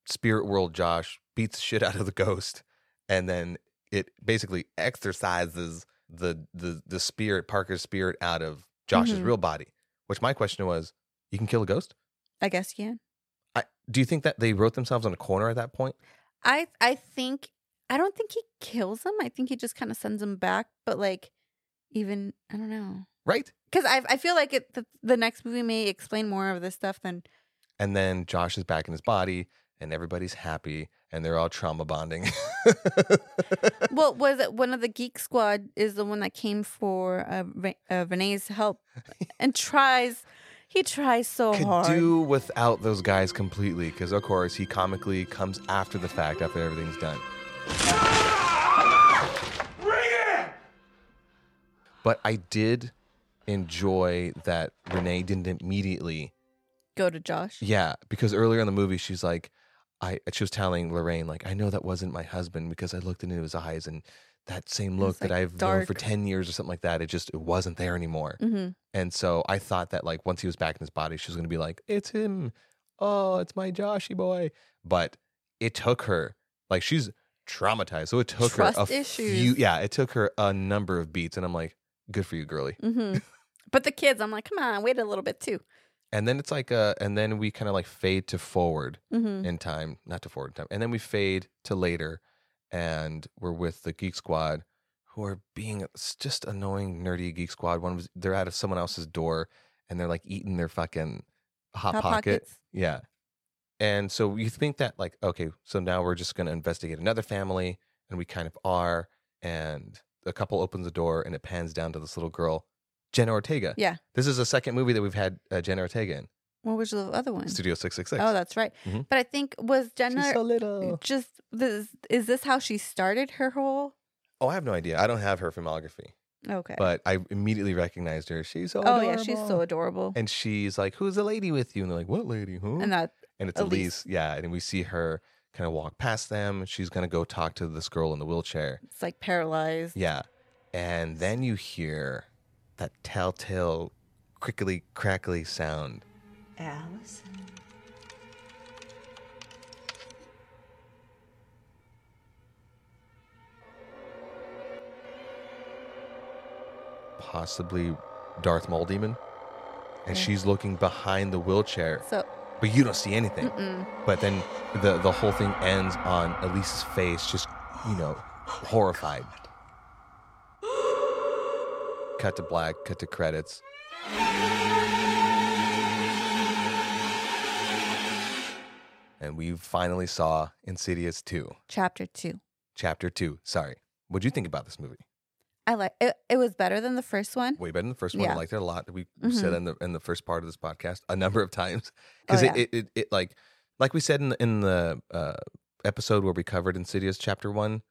Spirit World Josh beats the shit out of the ghost, and then it basically exercises the the the spirit Parker's spirit out of Josh's
Mhm.
real body. Which my question was, you can kill a ghost?
I guess yeah.
I, do you think that they wrote themselves in a corner at that point?
I I think I don't think he kills him. I think he just kind of sends him back. But like, even I don't know
Right.
because I I feel like it the, the next movie may explain more of this stuff than
And then Josh is back in his body, and everybody's happy, and they're all trauma bonding. [LAUGHS]
well was it one of the geek squad is the one that came for uh, Re- uh,
[LAUGHS]
Renee's help and tries he tries so
Could
hard.
do without those guys completely, because of course he comically comes after the fact, after everything's done. But I did enjoy that Renee didn't immediately
Go to Josh.
Yeah, because earlier in the movie, she's like, I she was telling Lorraine like, I know that wasn't my husband because I looked into his eyes and that same look that
like,
I've known
dark.
for ten years or something like that. It just it wasn't there anymore.
Mm-hmm.
And so I thought that like once he was back in his body, she was gonna be like, It's him. Oh, it's my Joshy boy. But it took her like she's traumatized. So it took her
Trust
a
issues.
few yeah, it took her a number of beats and I'm like, Good for you, girly. [LAUGHS]
Mm-hmm. But the kids, I'm like, come on, wait a little bit too.
And then it's like uh and then we kinda like fade to forward
Mm-hmm.
in time, not to forward in time. And then we fade to later and we're with the Geek Squad who are being it's just annoying, nerdy Geek Squad. One was they're out of someone else's door and they're like eating their fucking hot, pocket. Yeah. And so you think that like, okay, so now we're just gonna investigate another family, and we kind of are, and a couple opens the door and it pans down to this little girl, Jenna Ortega.
Yeah.
This is the second movie that we've had uh, Jenna Ortega in.
What was the other one?
Studio six six six.
Oh, that's right.
Mhm.
But I think was Jenna
She's so little.
just this is this how she started her whole
Oh, I have no idea. I don't have her filmography,
Okay.
but I immediately recognized her. She's so
oh yeah, she's so
adorable.
adorable.
And she's like, "Who's the lady with you?" And they're like, "What lady? Who?"
And that
and it's Elise.
Elise.
Yeah, and we see her kind of walk past them. She's gonna go talk to this girl in the wheelchair.
it's like paralyzed.
Yeah, and then you hear that telltale crickly crackly sound.
Alice?
possibly Darth Maul demon, and she's looking behind the wheelchair,
So
but you don't see anything. But then the the whole thing ends on Elise's face, just you know, horrified. Cut to black. Cut to credits. And we finally saw Insidious 2,
chapter two.
Chapter 2. Sorry. What'd you think about this movie?
I like it it was better than the first one.
way better than the first one. I
Yeah.
liked it a lot. We we said
Mhm.
in the in the first part of this podcast a number of times [LAUGHS] because
Oh, yeah.
it, it, it it like like we said in the, in the uh, episode where we covered Insidious Chapter One.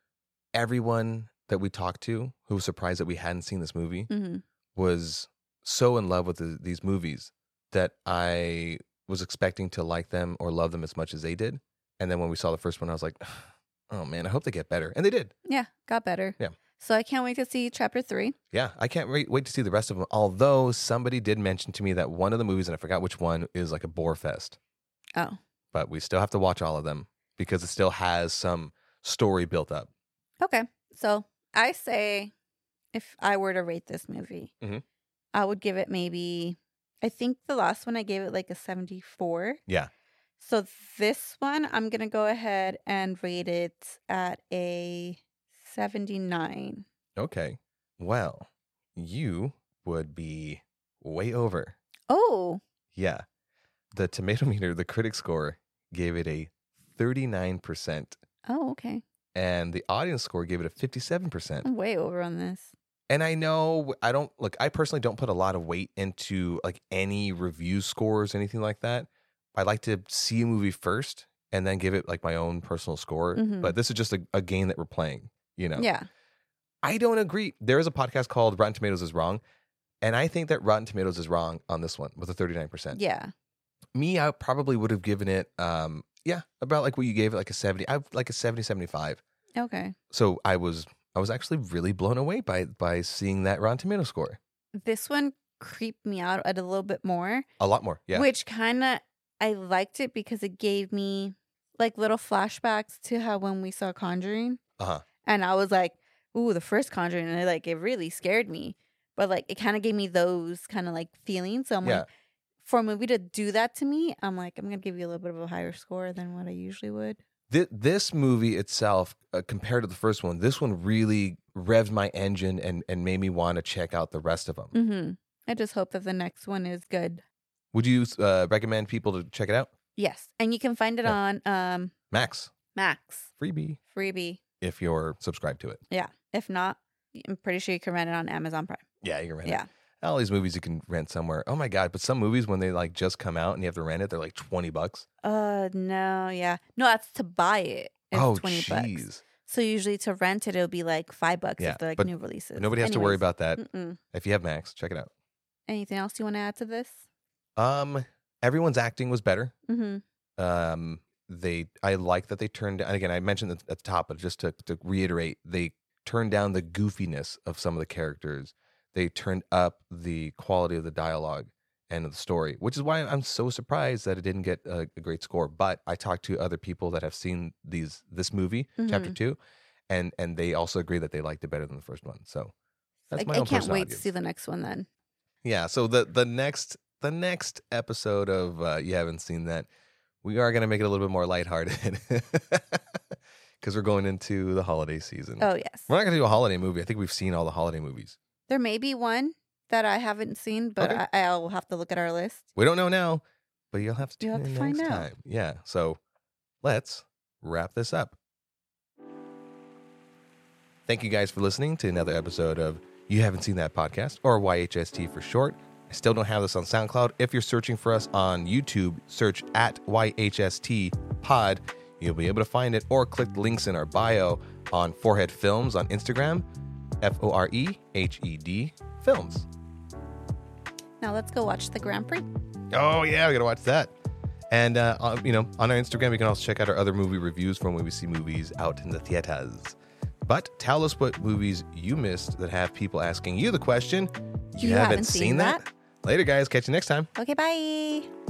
Everyone that we talked to who was surprised that we hadn't seen this movie
Mm-hmm.
was so in love with the, these movies that I was expecting to like them or love them as much as they did. And then when we saw the first one, I was like, [SIGHS] oh man, I hope they get better, and they did.
Yeah, got better.
Yeah.
So I can't wait to see chapter three.
Yeah, I can't wait, wait to see the rest of them. Although somebody did mention to me that one of the movies, and I forgot which one, is like a bore fest.
Oh.
But we still have to watch all of them because it still has some story built up.
Okay. So I say if I were to rate this movie,
Mhm.
I would give it maybe, I think the last one I gave it like a 74.
Yeah.
So this one, I'm going to go ahead and rate it at a 79.
Okay. Well, you would be way over.
Oh,
Yeah. The tomato [LAUGHS] meter, the critic score, gave it a 39%,
oh, okay.
and the audience score gave it a 57%.
I'm way over on this.
And I know I don't look, I personally don't put a lot of weight into like any review scores, anything like that. I like to see a movie first and then give it like my own personal score.
Mhm.
But this is just a, a game that we're playing, you know?
Yeah.
I don't agree. There is a podcast called Rotten Tomatoes is Wrong. And I think that Rotten Tomatoes is wrong on this one with a 39%.
Yeah.
Me, I probably would have given it um, yeah, about like what you gave it, like a 70, I like a 70, 75.
Okay.
So I was I was actually really blown away by by seeing that Rotten Tomato score.
This one creeped me out a little bit more,
A lot more. Yeah.
which kind of I liked it because it gave me like little flashbacks to how when we saw Conjuring.
Uh-huh.
And I was like, ooh, the first Conjuring, and it, like it really scared me. But like it kind of gave me those kind of like feelings. So I'm
yeah.
like, for a movie to do that to me, I'm like, I'm gonna give you a little bit of a higher score than what I usually would.
Th- this movie itself, uh, compared to the first one, this one really revved my engine and and made me want to check out the rest of them.
Mm-hmm. I just hope that the next one is good.
Would you uh, recommend people to check it out?
Yes, and you can find it
Yeah.
on um
Max
Max
freebie
freebie.
if you're subscribed to it.
Yeah, if not, I'm pretty sure you can rent it on Amazon Prime.
Yeah, you can rent
Yeah.
it. All these movies you can rent somewhere. Oh my god! But some movies when they like just come out and you have to rent it, they're like twenty bucks.
Uh no, yeah, no, that's to buy it. It's
oh,
twenty bucks.
jeez.
So usually to rent it, it'll be like five bucks
Yeah,
if they're like
but
new releases.
Nobody has to worry
Anyways. Mm.
about that.
Mm-mm.
If you have Max, check it out.
Anything else you want to add to this?
Um, everyone's acting was better.
Mm-hmm.
um they i like that they turned and again i mentioned it at the top but just to, to reiterate they turned down the goofiness of some of the characters they turned up the quality of the dialogue and of the story which is why i'm so surprised that it didn't get a, a great score but i talked to other people that have seen these this movie chapter
Mhm.
two and and they also agree that they liked it better than the first one so that's
Like,
my
I
own
can't
personal
wait to
audience.
see the next one then.
Yeah. So the the next the next episode of uh, you haven't seen that, we are going to make it a little bit more lighthearted [LAUGHS] because we're going into the holiday season.
Oh yes,
We're not going to do a holiday movie. I think we've seen all the holiday movies.
there may be one that I haven't seen, but
Okay.
I, I'll have to look at our list.
We don't know now, but you'll have to tune
You'll
in
have to
next
find out.
time. Yeah. So let's wrap this up. Thank you guys for listening to another episode of You Haven't Seen That Podcast, or YHST for short. I still don't have this on SoundCloud. If you're searching for us on YouTube, search at YHST Pod. You'll be able to find it, or click the links in our bio on Forehead Films on Instagram, F O R E H E D Films.
Now let's go watch the Grand Prix.
Oh yeah, we gotta watch that. And uh, uh, you know, on our Instagram, you can also check out our other movie reviews from when we see movies out in the theaters. But tell us what movies you missed that have people asking you the question.
You haven't seen that?"
Later, guys. Catch you next time.
Okay, bye.